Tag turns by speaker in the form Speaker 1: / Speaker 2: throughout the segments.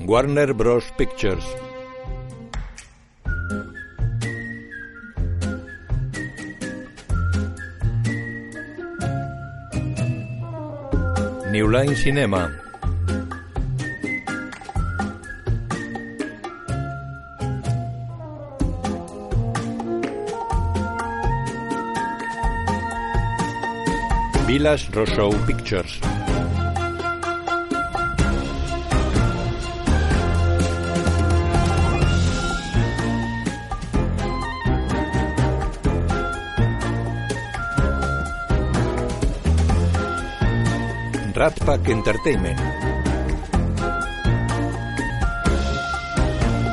Speaker 1: Warner Bros. Pictures. New Line Cinema. Village Rousseau Pictures. Rat Pack Entertainment.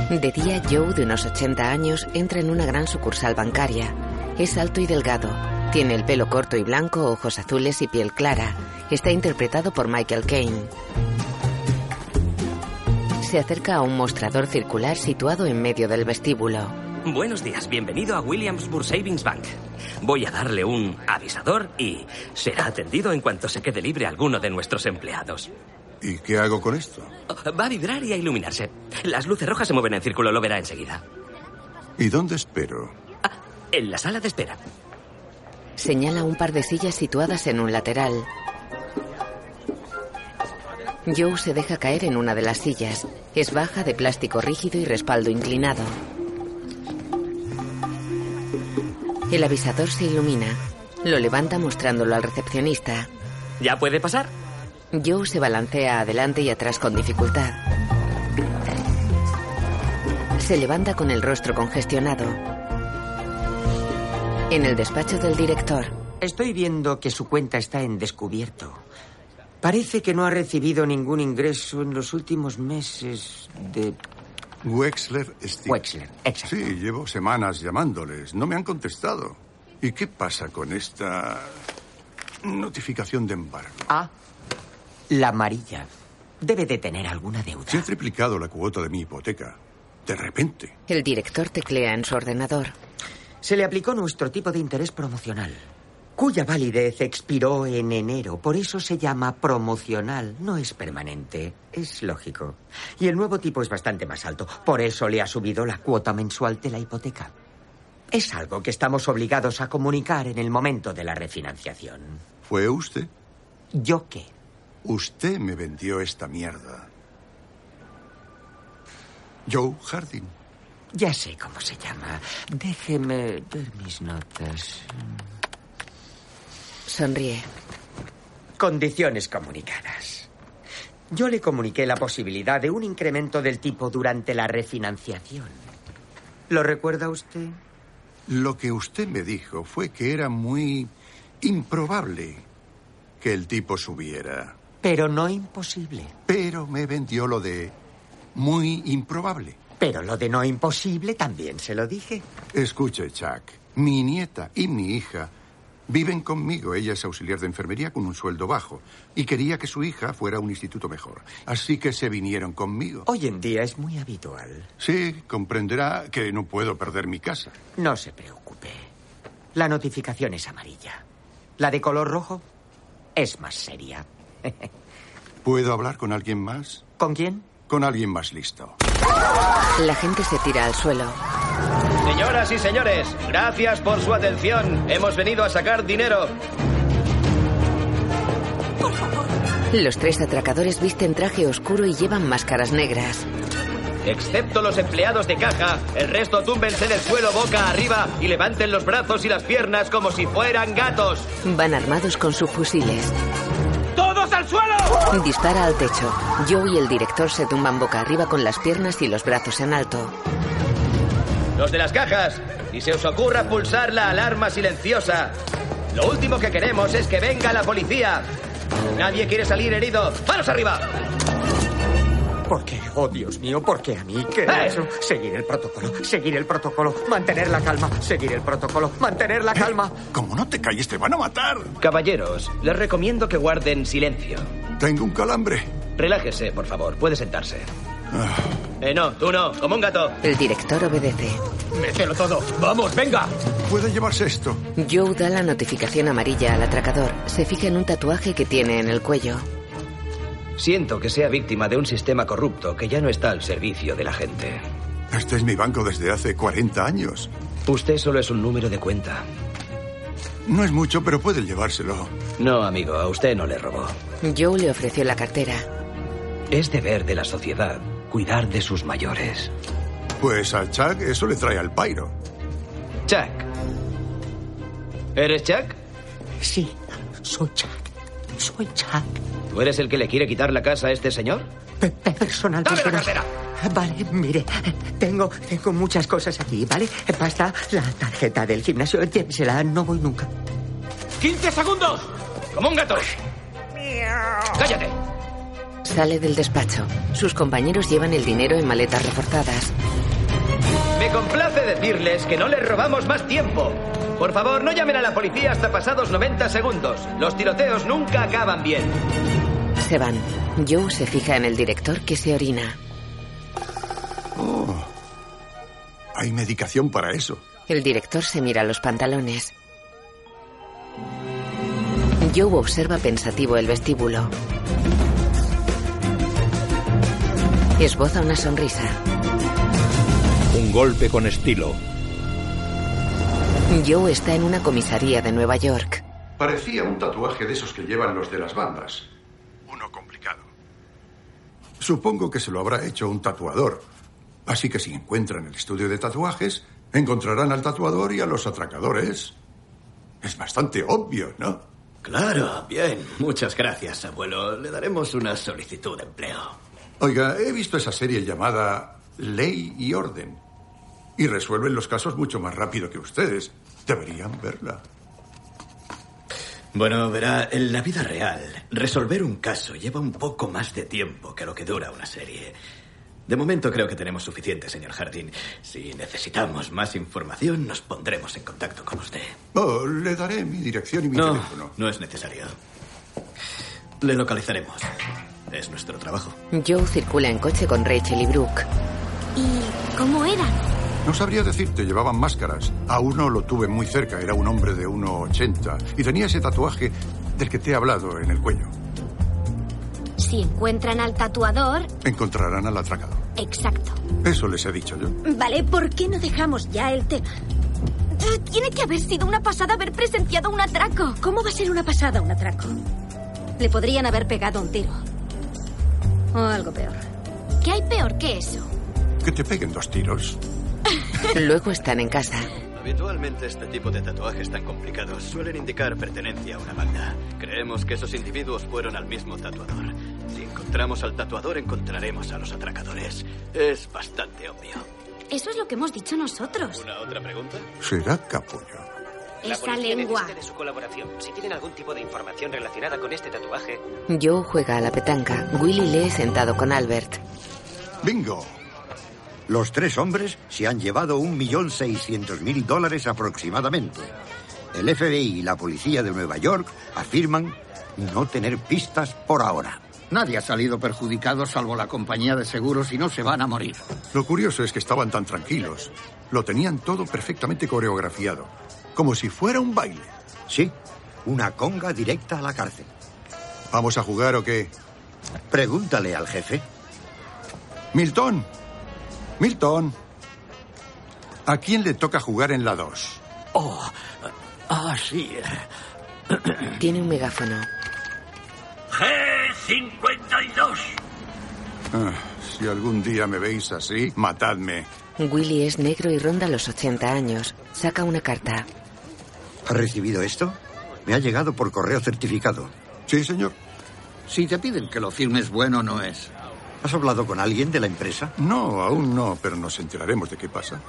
Speaker 2: De día, Joe, de unos 80 años, entra en una gran sucursal bancaria. Es alto y delgado. Tiene el pelo corto y blanco, ojos azules y piel clara. Está interpretado por Michael Caine. Se acerca a un mostrador circular situado en medio del vestíbulo.
Speaker 3: Buenos días, bienvenido a Williamsburg Savings Bank. Voy a darle un avisador y será atendido en cuanto se quede libre alguno de nuestros empleados. Oh,
Speaker 4: ¿Y qué hago con esto?
Speaker 3: Va a vibrar y a iluminarse. Las luces rojas se mueven en círculo, lo verá enseguida.
Speaker 4: ¿Y dónde espero?
Speaker 3: En la sala de espera.
Speaker 2: Señala un par de sillas situadas en un lateral. Joe se deja caer en una de las sillas. Es baja de plástico rígido y respaldo inclinado. El avisador se ilumina. Lo levanta mostrándolo al recepcionista.
Speaker 3: ¿Ya puede pasar?
Speaker 2: Joe se balancea adelante y atrás con dificultad. Se levanta con el rostro congestionado. En el despacho del director,
Speaker 5: Estoy viendo que su cuenta está en descubierto. Parece que no ha recibido ningún ingreso en los últimos meses de
Speaker 4: Wexler Steve.
Speaker 5: Wexler. Exacto.
Speaker 4: Sí, llevo semanas llamándoles. No me han contestado. ¿Y qué pasa con esta notificación de embargo?
Speaker 5: Ah, la amarilla. Debe de tener alguna deuda.
Speaker 4: Se ha triplicado la cuota de mi hipoteca. De repente.
Speaker 2: el director teclea en su ordenador.
Speaker 5: Se le aplicó nuestro tipo de interés promocional, cuya validez expiró en enero. Por eso se llama promocional. No es permanente. Es lógico. Y el nuevo tipo es bastante más alto. Por eso le ha subido la cuota mensual de la hipoteca. Es algo que estamos obligados a comunicar en el momento de la refinanciación.
Speaker 4: ¿Fue usted?
Speaker 5: ¿Yo qué?
Speaker 4: Usted me vendió esta mierda. Joe Harding.
Speaker 5: Ya sé cómo se llama. Déjeme ver mis notas.
Speaker 2: Sonríe.
Speaker 5: Condiciones comunicadas. Yo le comuniqué la posibilidad de un incremento del tipo durante la refinanciación. ¿Lo recuerda usted?
Speaker 4: Lo que usted me dijo fue que era muy improbable que el tipo subiera.
Speaker 5: Pero no imposible.
Speaker 4: Pero me vendió lo de muy improbable.
Speaker 5: Pero lo de no imposible también se lo dije.
Speaker 4: Escuche, Chuck. Mi nieta y mi hija viven conmigo. Ella es auxiliar de enfermería con un sueldo bajo y quería que su hija fuera a un instituto mejor. Así que se vinieron conmigo.
Speaker 5: Hoy en día es muy habitual.
Speaker 4: Sí, comprenderá que no puedo perder mi casa.
Speaker 5: No se preocupe. La notificación es amarilla. La de color rojo es más seria.
Speaker 4: ¿Puedo hablar con alguien más?
Speaker 5: ¿Con quién?
Speaker 4: Con alguien más listo.
Speaker 2: La gente se tira al suelo.
Speaker 6: Señoras y señores, gracias por su atención. Hemos venido a sacar dinero.
Speaker 2: Los tres atracadores visten traje oscuro y llevan máscaras negras.
Speaker 6: Excepto los empleados de caja, el resto túmbense del suelo boca arriba y levanten los brazos y las piernas como si fueran gatos.
Speaker 2: Van armados con sus fusiles.
Speaker 6: ¡Todos al suelo!
Speaker 2: Dispara al techo. Joe y el director se tumban boca arriba con las piernas y los brazos en alto.
Speaker 6: Los de las cajas, y se os ocurra pulsar la alarma silenciosa. Lo último que queremos es que venga la policía. Nadie quiere salir herido. ¡Manos arriba!
Speaker 5: ¿Por qué? Oh, Dios mío, ¿por qué a mí? ¿Qué
Speaker 6: ¡Eh!
Speaker 5: es eso? Seguir el protocolo, seguir el protocolo, mantener la calma, seguir el protocolo, mantener
Speaker 6: ¿Eh?
Speaker 5: la calma.
Speaker 4: Como no te calles, te van a matar.
Speaker 6: Caballeros, les recomiendo que guarden silencio.
Speaker 4: Tengo un calambre.
Speaker 6: Relájese, por favor. Puede sentarse.
Speaker 4: Ah.
Speaker 6: Eh, no, tú no. Como un gato.
Speaker 2: El director obedece.
Speaker 6: Mételo todo. Vamos, venga.
Speaker 4: ¿Puede llevarse esto?
Speaker 2: Joe da la notificación amarilla al atracador. Se fija en un tatuaje que tiene en el cuello.
Speaker 6: Siento que sea víctima de un sistema corrupto que ya no está al servicio de la gente.
Speaker 4: Este es mi banco desde hace 40 años.
Speaker 6: Usted solo es un número de cuenta.
Speaker 4: No es mucho, pero pueden llevárselo.
Speaker 6: No, amigo, a usted no le robó.
Speaker 2: Joe le ofreció la cartera.
Speaker 6: Es deber de la sociedad cuidar de sus mayores.
Speaker 4: Pues a Chuck eso le trae al pairo.
Speaker 6: Chuck. ¿Eres Chuck?
Speaker 5: Sí, soy Chuck. Soy Chuck.
Speaker 6: ¿Tú eres el que le quiere quitar la casa a este señor?
Speaker 5: Pe- pe- personal,
Speaker 6: ¡Dame la
Speaker 5: personal. Ah,
Speaker 6: cartera!
Speaker 5: Vale, mire, tengo, tengo muchas cosas aquí, ¿vale? Pasta, la tarjeta del gimnasio, llévesela, no voy nunca.
Speaker 6: ¡15 segundos! ¡Como un gato! ¡Cállate!
Speaker 2: Sale del despacho. Sus compañeros llevan el dinero en maletas reforzadas.
Speaker 6: Me complace decirles que no les robamos más tiempo. Por favor, no llamen a la policía hasta pasados 90 segundos. Los tiroteos nunca acaban bien.
Speaker 2: Se van. Joe se fija en el director que se orina.
Speaker 4: Hay medicación para eso.
Speaker 2: El director se mira los pantalones. Joe observa pensativo el vestíbulo. Esboza una sonrisa.
Speaker 1: Un golpe con estilo.
Speaker 2: Joe está en una comisaría de Nueva York.
Speaker 4: Parecía un tatuaje de esos que llevan los de las bandas. Uno complicado. Supongo que se lo habrá hecho un tatuador. Así que si encuentran el estudio de tatuajes, encontrarán al tatuador y a los atracadores. Es bastante obvio, ¿no?
Speaker 7: Claro, bien. Muchas gracias, abuelo. Le daremos una solicitud de empleo.
Speaker 4: Oiga, he visto esa serie llamada Ley y Orden. Y resuelven los casos mucho más rápido que ustedes. Deberían verla.
Speaker 7: Bueno, verá, en la vida real, resolver un caso lleva un poco más de tiempo que lo que dura una serie. De momento creo que tenemos suficiente, señor Jardín. Si necesitamos más información, nos pondremos en contacto con usted.
Speaker 4: Oh, le daré mi dirección y mi
Speaker 7: No,
Speaker 4: teléfono.
Speaker 7: no es necesario. Le localizaremos. Es nuestro trabajo.
Speaker 2: Joe circula en coche con Rachel y Brooke.
Speaker 8: ¿Y cómo era?
Speaker 4: No sabría decirte, llevaban máscaras. A uno lo tuve muy cerca, era un hombre de 1,80 y tenía ese tatuaje del que te he hablado en el cuello.
Speaker 8: Si encuentran al tatuador,
Speaker 4: Encontrarán al atracador.
Speaker 8: exacto.
Speaker 4: Eso les he dicho yo.
Speaker 8: Vale, ¿por qué no dejamos ya el tema? Ah, Tiene que haber sido una pasada haber presenciado un atraco. ¿Cómo va a ser una pasada un atraco? Le podrían haber pegado un tiro. O algo peor. ¿Qué hay peor que eso?
Speaker 4: Que te peguen dos tiros.
Speaker 2: Luego están en casa.
Speaker 7: Habitualmente este tipo de tatuajes tan complicados suelen indicar pertenencia a una banda. Creemos que esos individuos fueron al mismo tatuador. Si encontramos al tatuador encontraremos a los atracadores. Es bastante obvio.
Speaker 8: Eso es lo que hemos dicho nosotros.
Speaker 7: ¿Una otra pregunta?
Speaker 4: Será capullo.
Speaker 8: Esa lengua.
Speaker 9: su colaboración. Si tienen algún tipo de información relacionada con este tatuaje,
Speaker 2: Joe juega a la petanca. Willy lee sentado con Albert.
Speaker 10: Bingo. Los tres hombres se han llevado 1.600.000 dólares aproximadamente. El FBI y la policía de Nueva York afirman no tener pistas por ahora.
Speaker 11: Nadie ha salido perjudicado salvo la compañía de seguros y no se van a morir.
Speaker 4: Lo curioso es que estaban tan tranquilos. Lo tenían todo perfectamente coreografiado. Como si fuera un baile.
Speaker 10: Sí, una conga directa a la cárcel.
Speaker 4: ¿Vamos a jugar o qué?
Speaker 10: Pregúntale al jefe.
Speaker 4: Milton. Milton. ¿A quién le toca jugar en la 2?
Speaker 7: Ah, sí.
Speaker 2: Tiene un megáfono.
Speaker 7: G52.
Speaker 4: Ah, si algún día me veis así, matadme.
Speaker 2: Willy es negro y ronda los 80 años. Saca una carta.
Speaker 10: ¿Ha recibido esto? Me ha llegado por correo certificado.
Speaker 4: Sí, señor.
Speaker 11: Si te piden que lo firmes, bueno no es.
Speaker 10: ¿Has hablado con alguien de la empresa?
Speaker 4: No, aún no, pero nos enteraremos de qué pasa.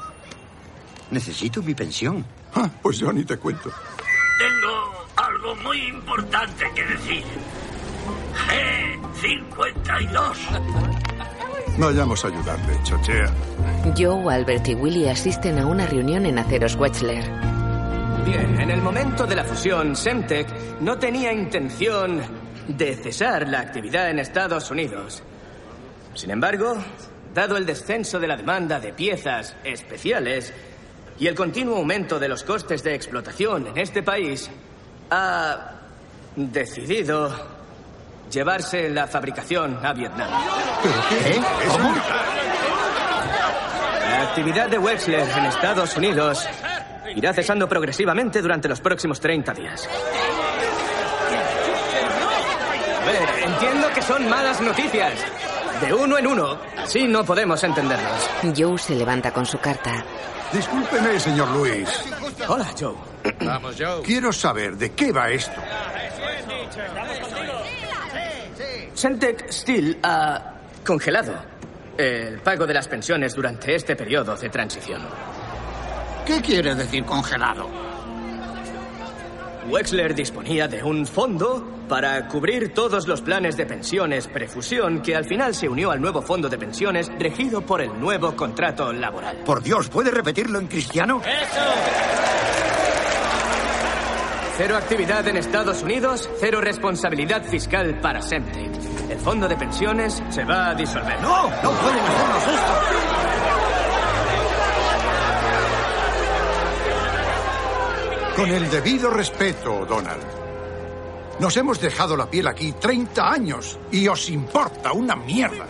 Speaker 10: Necesito mi pensión.
Speaker 4: Ah, pues yo ni te cuento.
Speaker 7: Tengo algo muy importante que decir. G52.
Speaker 4: Vayamos a ayudarle, eh, chochea.
Speaker 2: Joe, Albert y Willy asisten a una reunión en Aceros Wechsler.
Speaker 9: Bien, en el momento de la fusión, Semtec no tenía intención de cesar la actividad en Estados Unidos. Sin embargo, dado el descenso de la demanda de piezas especiales y el continuo aumento de los costes de explotación en este país, ha decidido Llevarse la fabricación a Vietnam.
Speaker 4: ¿Qué? ¿Cómo?
Speaker 9: La actividad de Wexler en Estados Unidos irá cesando progresivamente durante los próximos 30 días. A ver, entiendo que son malas noticias. De uno en uno, así no podemos entendernos.
Speaker 2: Joe se levanta con su carta.
Speaker 4: Discúlpeme, señor Luis.
Speaker 9: Hola, Joe.
Speaker 4: Vamos, Joe. Quiero saber de qué va esto.
Speaker 9: Sentec Steel ha congelado el pago de las pensiones durante este periodo de transición.
Speaker 10: ¿Qué quiere decir congelado?
Speaker 9: Wexler disponía de un fondo para cubrir todos los planes de pensiones prefusión que al final se unió al nuevo fondo de pensiones regido por el nuevo contrato laboral. ¡Eh!
Speaker 12: Por Dios, ¿puede repetirlo en cristiano?
Speaker 9: Cero actividad en Estados Unidos, cero responsabilidad fiscal para Semtec. El fondo de pensiones se va a disolver.
Speaker 12: ¡No! ¡No pueden hacernos esto!
Speaker 4: Con el debido respeto, Donald. Nos hemos dejado la piel aquí 30 años y os importa una mierda.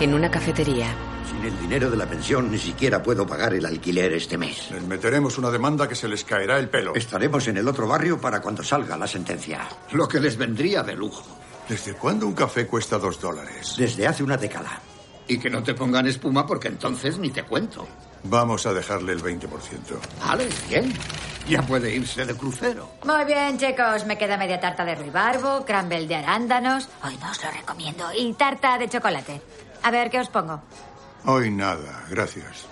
Speaker 2: En una cafetería,
Speaker 12: Sin el dinero de la pensión ni siquiera puedo pagar el alquiler este mes.
Speaker 4: Les meteremos una demanda que se les caerá el pelo.
Speaker 12: Estaremos en el otro barrio para cuando salga la sentencia.
Speaker 10: Lo que les vendría de lujo.
Speaker 4: ¿Desde cuándo un café cuesta dos dólares?
Speaker 12: Desde hace una década.
Speaker 10: Y que no te pongan espuma porque entonces ni te cuento.
Speaker 4: Vamos a dejarle el 20%.
Speaker 10: Vale, bien. Ya puede irse de crucero.
Speaker 13: Muy bien, chicos. Me queda media tarta de ruibarbo, crumble de arándanos. Hoy no os lo recomiendo. Y tarta de chocolate. A ver, ¿qué os pongo?
Speaker 4: Hoy nada, gracias.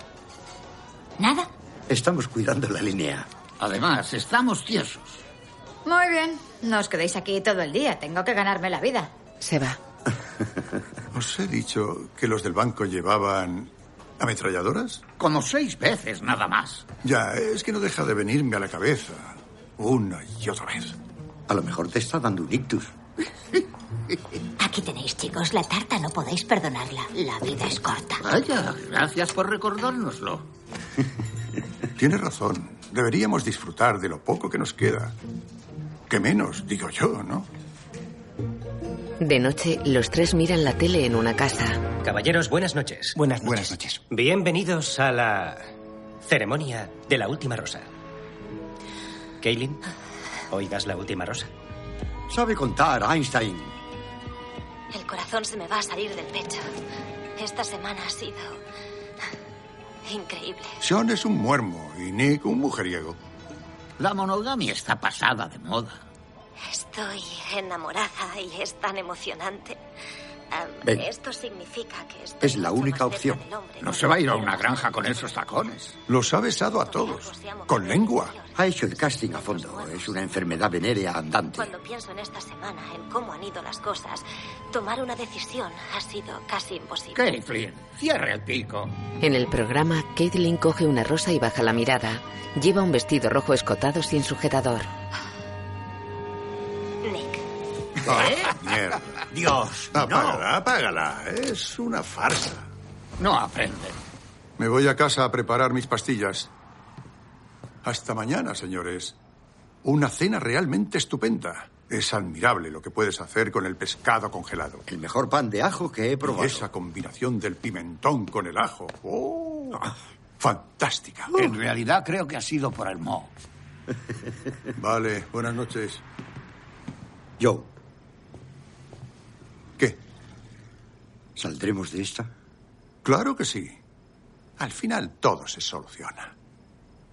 Speaker 13: ¿Nada?
Speaker 12: Estamos cuidando la línea.
Speaker 10: Además, estamos tiesos.
Speaker 13: Muy bien. No os quedéis aquí todo el día. Tengo que ganarme la vida.
Speaker 2: se va.
Speaker 4: ¿Os he dicho que los del banco llevaban ametralladoras?
Speaker 10: Como seis veces, nada más.
Speaker 4: Ya, es que no deja de venirme a la cabeza. Una y otra vez.
Speaker 12: A lo mejor te está dando un ictus.
Speaker 8: Aquí tenéis, chicos, la tarta no podéis perdonarla. La vida es corta.
Speaker 10: Vaya, gracias por recordárnoslo.
Speaker 4: Tiene razón. Deberíamos disfrutar de lo poco que nos queda. Que menos, digo yo, ¿no?
Speaker 2: De noche, los tres miran la tele en una casa.
Speaker 14: Caballeros, buenas noches.
Speaker 15: Buenas noches. Buenas noches.
Speaker 14: Bienvenidos a la ceremonia de la última rosa. Kaylin, hoy das la última rosa.
Speaker 12: Sabe contar, Einstein.
Speaker 8: El corazón se me va a salir del pecho. Esta semana ha sido increíble.
Speaker 4: Sean es un muermo y Nick un mujeriego.
Speaker 10: La monogamia está pasada de moda.
Speaker 8: Estoy enamorada y es tan emocionante. Am,
Speaker 12: Ven.
Speaker 8: esto significa que estoy
Speaker 12: Es la única opción.
Speaker 10: No se va a ir a una granja con esos tacones.
Speaker 4: Los ha besado a todos. Con lengua.
Speaker 12: Ha hecho el casting a fondo. Es una enfermedad venérea andante.
Speaker 8: Cuando pienso en esta semana, en cómo han ido las cosas, tomar una decisión ha sido casi imposible.
Speaker 10: Caitlin, cierre el pico.
Speaker 2: En el programa, Caitlin coge una rosa y baja la mirada. Lleva un vestido rojo escotado sin sujetador.
Speaker 8: Nick,
Speaker 4: Ah,
Speaker 10: ¿Eh?
Speaker 4: Mierda.
Speaker 12: Dios.
Speaker 4: Apágala, apágala. Es una farsa.
Speaker 10: No aprende.
Speaker 4: Me voy a casa a preparar mis pastillas. Hasta mañana, señores. Una cena realmente estupenda. Es admirable lo que puedes hacer con el pescado congelado.
Speaker 12: El mejor pan de ajo que he probado.
Speaker 4: Esa combinación del pimentón con el ajo. ¡Oh! Fantástica. Oh.
Speaker 10: En realidad creo que ha sido por el mo.
Speaker 4: Vale, buenas noches.
Speaker 12: Joe,
Speaker 4: ¿Qué?
Speaker 12: ¿saldremos de esta?
Speaker 4: Claro que sí. Al final todo se soluciona.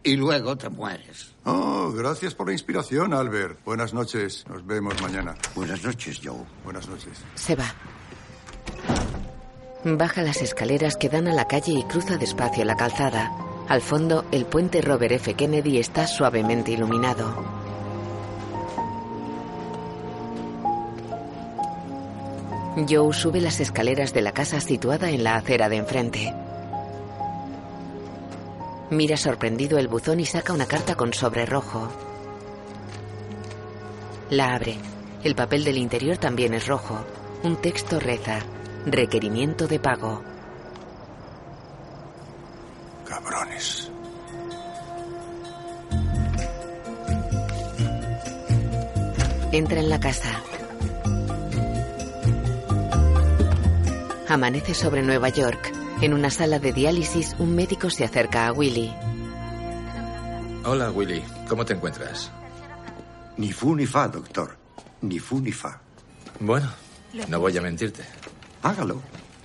Speaker 10: Y luego te mueres.
Speaker 4: Oh, gracias por la inspiración, Albert. Buenas noches. Nos vemos mañana.
Speaker 12: Buenas noches, Joe.
Speaker 4: Buenas noches.
Speaker 2: Se va. Baja las escaleras que dan a la calle y cruza despacio la calzada. Al fondo, el puente Robert F. Kennedy está suavemente iluminado. Joe sube las escaleras de la casa situada en la acera de enfrente. Mira sorprendido el buzón y saca una carta con sobre rojo. La abre. El papel del interior también es rojo. Un texto reza. Requerimiento de pago.
Speaker 4: Cabrones.
Speaker 2: Entra en la casa. Amanece sobre Nueva York. En una sala de diálisis, un médico se acerca a Willy.
Speaker 15: Hola, Willy. ¿Cómo te encuentras?
Speaker 16: Ni fu ni fa, doctor. Ni fu ni fa.
Speaker 15: Bueno, no voy a mentirte.
Speaker 16: Hágalo.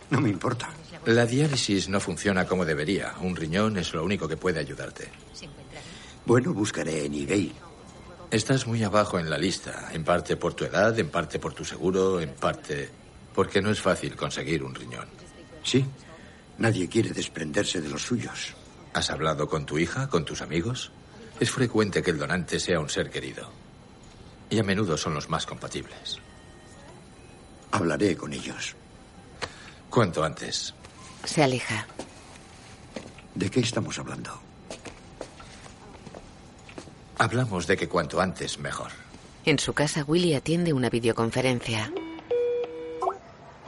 Speaker 16: No me importa.
Speaker 15: La diálisis no funciona como debería. Un riñón es lo único que puede ayudarte.
Speaker 16: Bueno, buscaré en eBay.
Speaker 15: Estás muy abajo en la lista, en parte por tu edad, en parte por tu seguro, en parte porque no es fácil conseguir un riñón.
Speaker 16: Sí. Nadie quiere desprenderse de los suyos.
Speaker 15: ¿Has hablado con tu hija, con tus amigos? Es frecuente que el donante sea un ser querido. Y a menudo son los más compatibles.
Speaker 16: Hablaré con ellos.
Speaker 15: Cuanto antes.
Speaker 2: Se aleja.
Speaker 16: ¿De qué estamos hablando?
Speaker 15: Hablamos de que cuanto antes mejor.
Speaker 2: En su casa, Willy atiende una videoconferencia.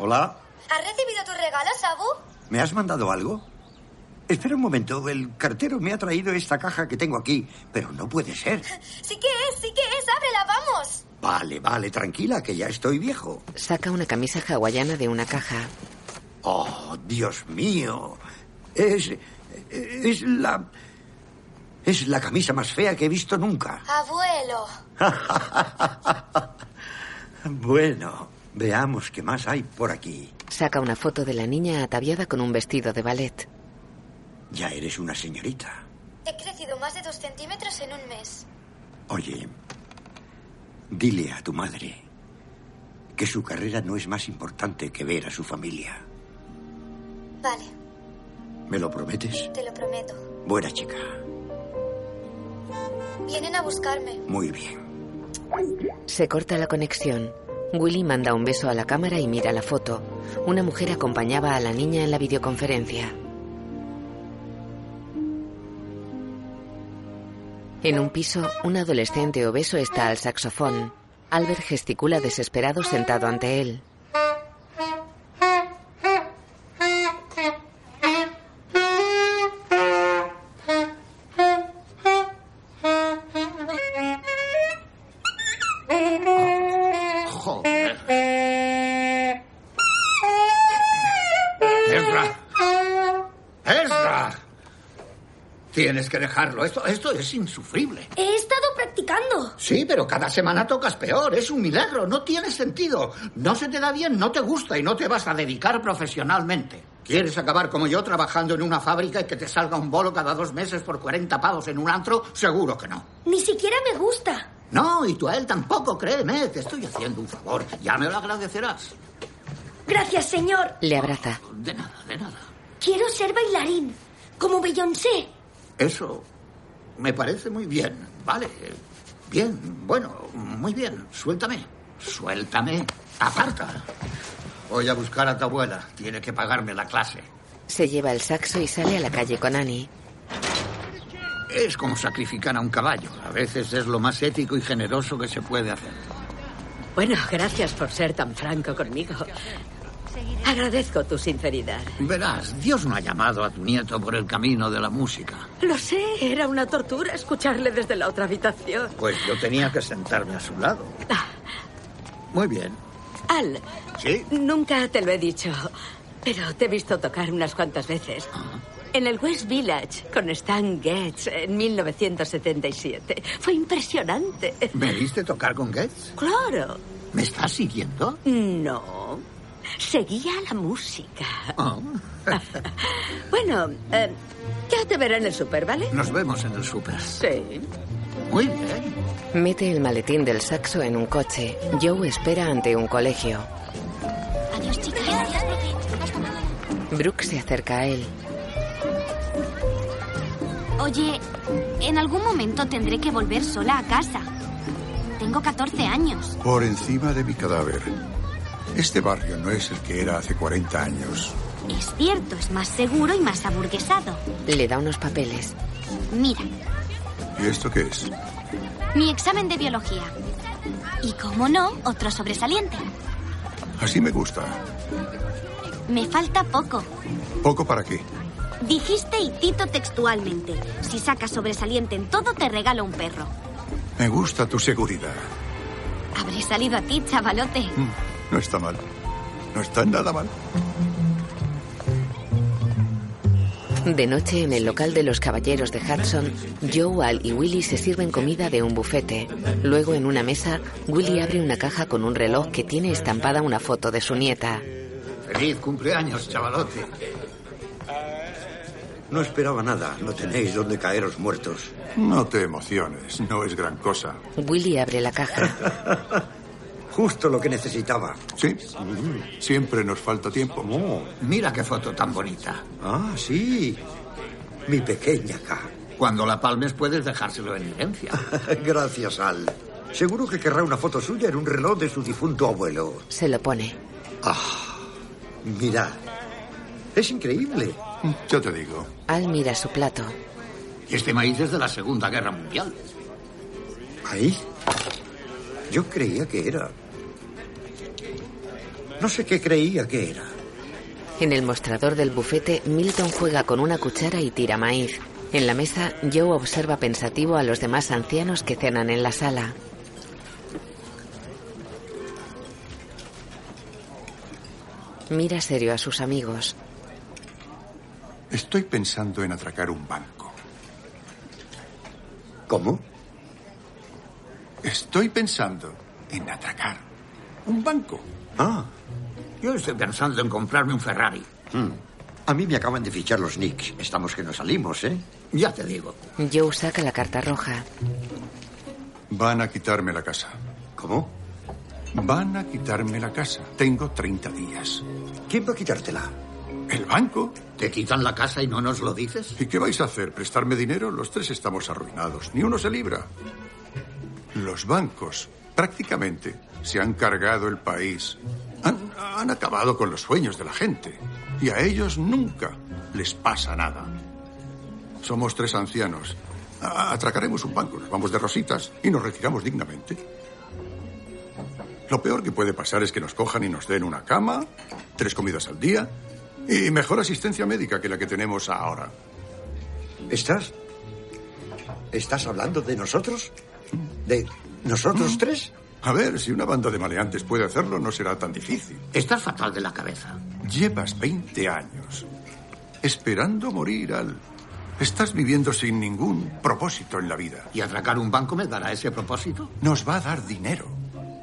Speaker 16: Hola,
Speaker 17: ¿Has recibido tus regalos, Abu?
Speaker 16: ¿me has mandado algo? Espera un momento, el cartero me ha traído esta caja que tengo aquí, pero no puede ser.
Speaker 17: Sí que es, sí que es. Ábrela, vamos.
Speaker 16: Vale, vale, tranquila, que ya estoy viejo.
Speaker 2: Saca una camisa hawaiana de una caja.
Speaker 16: Oh, Dios mío. Es. Es la. Es la camisa más fea que he visto nunca.
Speaker 17: Abuelo.
Speaker 16: Bueno, veamos qué más hay por aquí.
Speaker 2: Saca una foto de la niña ataviada con un vestido de ballet.
Speaker 16: Ya eres una señorita.
Speaker 17: He crecido más de dos centímetros en un mes.
Speaker 16: Oye, dile a tu madre que su carrera no es más importante que ver a su familia.
Speaker 17: Vale,
Speaker 16: ¿Me lo prometes?
Speaker 17: te lo prometo.
Speaker 16: Buena chica.
Speaker 17: Vienen a buscarme.
Speaker 16: Muy bien.
Speaker 2: Se corta la conexión. Willy manda un beso a la cámara y mira la foto. Una mujer acompañaba a la niña en la videoconferencia. En un piso, un adolescente obeso está al saxofón. Albert gesticula desesperado sentado ante él.
Speaker 10: Joder. Ezra. Ezra. Tienes que dejarlo. Esto, esto es insufrible.
Speaker 17: He estado practicando.
Speaker 10: Sí, pero cada semana tocas peor. Es un milagro. No tiene sentido. No se te da bien, no te gusta y no te vas a dedicar profesionalmente. ¿Quieres acabar como yo trabajando en una fábrica y que te salga un bolo cada dos meses por 40 pavos en un antro? Seguro que no.
Speaker 17: Ni siquiera me gusta.
Speaker 10: No, y tú a él tampoco, créeme. Te estoy haciendo un favor. Ya me lo agradecerás.
Speaker 17: Gracias, señor.
Speaker 2: Le abraza.
Speaker 10: De nada, de nada.
Speaker 17: Quiero ser bailarín. Como Beyoncé.
Speaker 10: Eso me parece muy bien. Vale. Bien, bueno, muy bien. Suéltame. Suéltame. Aparta. Voy a buscar a tu abuela. Tiene que pagarme la clase.
Speaker 2: Se lleva el saxo y sale a la calle con Annie.
Speaker 10: Es como sacrificar a un caballo. A veces es lo más ético y generoso que se puede hacer.
Speaker 13: Bueno, gracias por ser tan franco conmigo. Agradezco tu sinceridad.
Speaker 10: Verás, Dios no ha llamado a tu nieto por el camino de la música.
Speaker 13: Lo sé, era una tortura escucharle desde la otra habitación.
Speaker 10: Pues yo tenía que sentarme a su lado. Muy bien.
Speaker 13: Al,
Speaker 10: Sí.
Speaker 13: nunca te lo he dicho, pero te he visto tocar unas cuantas veces. En el West Village con Stan Getz en 1977. Fue impresionante.
Speaker 10: ¿Me viste tocar con Gates?
Speaker 13: Claro.
Speaker 10: ¿Me estás siguiendo?
Speaker 13: No. Seguía la música.
Speaker 10: Oh,
Speaker 13: Bueno, eh, ya te veré en el súper, ¿vale?
Speaker 10: nos vemos en el súper.
Speaker 13: Sí.
Speaker 10: Muy bien.
Speaker 2: Mete el maletín del saxo en un coche. Joe espera ante un colegio.
Speaker 8: Adiós, chicas. Adiós,
Speaker 2: Brooke se acerca a él.
Speaker 8: Oye, en algún momento tendré que volver sola a casa. Tengo 14 años.
Speaker 4: Por encima de mi cadáver. Este barrio no es el que era hace 40 años.
Speaker 8: Es cierto, es más seguro y más aburguesado.
Speaker 2: Le da unos papeles.
Speaker 8: Mira,
Speaker 4: ¿Y esto qué es?
Speaker 8: mi examen de biología. Y como no, otro sobresaliente.
Speaker 4: Así me gusta.
Speaker 8: Me falta poco.
Speaker 4: ¿Poco para qué?
Speaker 8: Dijiste y cito textualmente, si sacas sobresaliente en todo te regalo un perro.
Speaker 4: Me gusta tu seguridad.
Speaker 8: Habré salido a ti, chavalote.
Speaker 4: No está mal. No está nada mal.
Speaker 2: De noche, en el local de los caballeros de Hudson, Joe, Al y Willy se sirven comida de un bufete. Luego, en una mesa, Willy abre una caja con un reloj que tiene estampada una foto de su nieta.
Speaker 6: Feliz cumpleaños, chavalote.
Speaker 10: No esperaba nada. No tenéis dónde caeros muertos.
Speaker 4: No te emociones, no es gran cosa.
Speaker 2: Willy abre la caja.
Speaker 10: Justo lo que necesitaba.
Speaker 4: Sí. Siempre nos falta tiempo.
Speaker 6: Mira qué foto tan bonita.
Speaker 10: Ah, sí. Mi pequeña acá.
Speaker 6: Cuando la palmes puedes dejárselo en herencia.
Speaker 10: Gracias, Al. Seguro que querrá una foto suya en un reloj de su difunto abuelo.
Speaker 2: Se lo pone.
Speaker 10: Ah, mirad. Es increíble.
Speaker 4: Yo te digo.
Speaker 2: Al mira su plato.
Speaker 6: Este maíz es de la Segunda Guerra Mundial.
Speaker 10: ¿Ahí? Yo creía que era. No sé qué creía que era.
Speaker 2: En el mostrador del bufete, Milton juega con una cuchara y tira maíz. En la mesa, Joe observa pensativo a los demás ancianos que cenan en la sala. Mira serio a sus amigos.
Speaker 4: Estoy pensando en atracar un banco.
Speaker 10: ¿Cómo?
Speaker 4: Estoy pensando en atracar un banco.
Speaker 10: Ah,
Speaker 6: yo estoy pensando en comprarme un Ferrari.
Speaker 10: Mm. A mí me acaban de fichar los Knicks. Estamos que nos salimos, ¿eh?
Speaker 6: Ya te digo.
Speaker 2: Joe saca la carta roja.
Speaker 4: Van a quitarme la casa.
Speaker 10: ¿Cómo?
Speaker 4: Van a quitarme la casa. Tengo 30 días.
Speaker 10: ¿Quién va a quitártela?
Speaker 4: ¿El banco?
Speaker 6: ¿Te quitan la casa y no nos lo dices?
Speaker 4: ¿Y qué vais a hacer? ¿Prestarme dinero? Los tres estamos arruinados. Ni uno se libra. Los bancos prácticamente se han cargado el país. Han, han acabado con los sueños de la gente. Y a ellos nunca les pasa nada. Somos tres ancianos. A- Atracaremos un banco, nos vamos de rositas y nos retiramos dignamente. Lo peor que puede pasar es que nos cojan y nos den una cama, tres comidas al día y mejor asistencia médica que la que tenemos ahora.
Speaker 10: ¿Estás? ¿Estás hablando de nosotros? ¿De nosotros tres?
Speaker 4: Mm. A ver, si una banda de maleantes puede hacerlo, no será tan difícil.
Speaker 6: Estás fatal de la cabeza.
Speaker 4: Llevas 20 años esperando morir al... Estás viviendo sin ningún propósito en la vida.
Speaker 6: ¿Y atracar un banco me dará ese propósito?
Speaker 4: Nos va a dar dinero.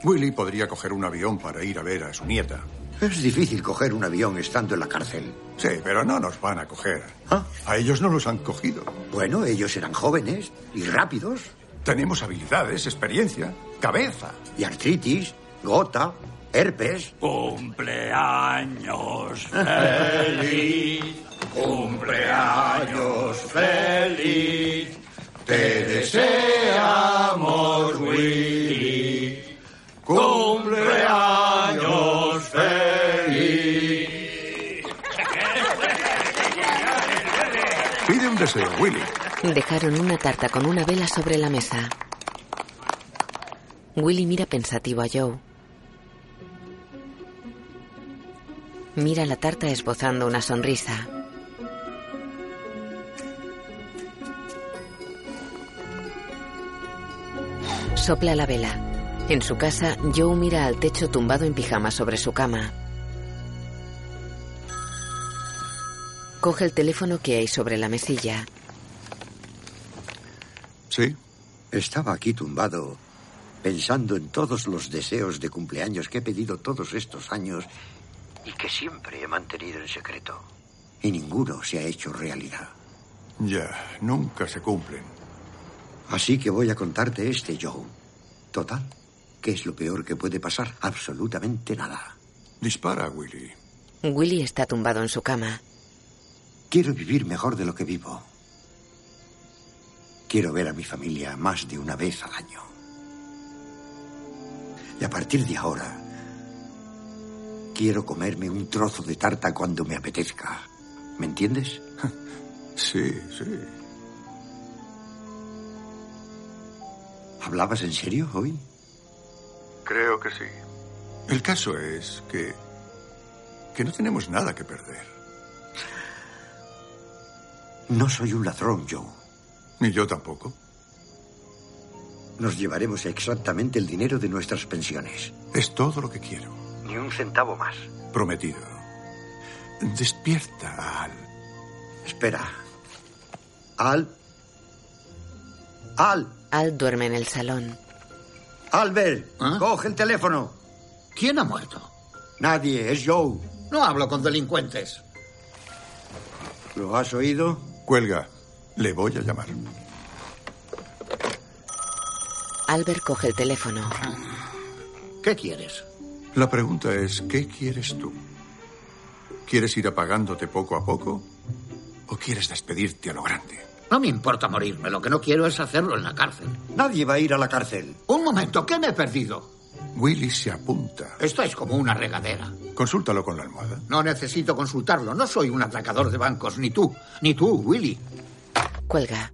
Speaker 4: Willy podría coger un avión para ir a ver a su nieta.
Speaker 10: Es difícil coger un avión estando en la cárcel. ¿Ah?
Speaker 4: Sí, pero no nos van a coger. A ellos no los han cogido.
Speaker 10: Bueno, ellos eran jóvenes y rápidos.
Speaker 4: Tenemos habilidades, experiencia, cabeza.
Speaker 10: Y artritis, gota, herpes.
Speaker 17: Cumpleaños feliz, cumpleaños feliz. Te deseamos, Willy. Cumpleaños feliz.
Speaker 4: Pide un deseo, Willy.
Speaker 2: Dejaron una tarta con una vela sobre la mesa. Willy mira pensativo a Joe. Mira la tarta esbozando una sonrisa. Sopla la vela. En su casa, Joe mira al techo tumbado en pijama sobre su cama. Coge el teléfono que hay sobre la mesilla.
Speaker 4: Sí.
Speaker 10: Estaba aquí tumbado, pensando en todos los deseos de cumpleaños que he pedido todos estos años y que siempre he mantenido en secreto. Y ninguno se ha hecho realidad.
Speaker 4: Ya, nunca se cumplen.
Speaker 10: Así que voy a contarte este, Joe. Total, ¿qué es lo peor que puede pasar? Absolutamente nada.
Speaker 4: Dispara, Willy.
Speaker 2: Willy está tumbado en su cama.
Speaker 10: Quiero vivir mejor de lo que vivo. Quiero ver a mi familia más de una vez al año. Y a partir de ahora, quiero comerme un trozo de tarta cuando me apetezca. ¿Me entiendes?
Speaker 4: Sí, sí.
Speaker 10: ¿Hablabas en serio hoy?
Speaker 4: Creo que sí. El caso es que. que no tenemos nada que perder.
Speaker 10: No soy un ladrón, Joe.
Speaker 4: Ni yo tampoco.
Speaker 12: Nos llevaremos exactamente el dinero de nuestras pensiones.
Speaker 4: Es todo lo que quiero.
Speaker 12: Ni un centavo más.
Speaker 4: Prometido. Despierta, Al.
Speaker 12: Espera. Al. Al.
Speaker 2: Al duerme en el salón.
Speaker 12: Albert, coge el teléfono.
Speaker 10: ¿Ah? ¿Quién ha muerto?
Speaker 12: Nadie, es Joe.
Speaker 10: No hablo con delincuentes.
Speaker 12: ¿Lo has oído?
Speaker 4: Cuelga. Le voy a llamar.
Speaker 2: Albert coge el teléfono.
Speaker 10: ¿Qué quieres?
Speaker 4: La pregunta es, ¿qué quieres tú? ¿Quieres ir apagándote poco a poco? ¿O quieres despedirte a lo grande?
Speaker 10: No me importa morirme, lo que no quiero es hacerlo en la cárcel.
Speaker 12: Nadie va a ir a la cárcel.
Speaker 10: Un momento, ¿qué me he perdido?
Speaker 4: Willy se apunta.
Speaker 10: Esto es como una regadera.
Speaker 4: Consúltalo con la almohada.
Speaker 10: No necesito consultarlo, no soy un atracador de bancos, ni tú, ni tú, Willy.
Speaker 2: Cuelga.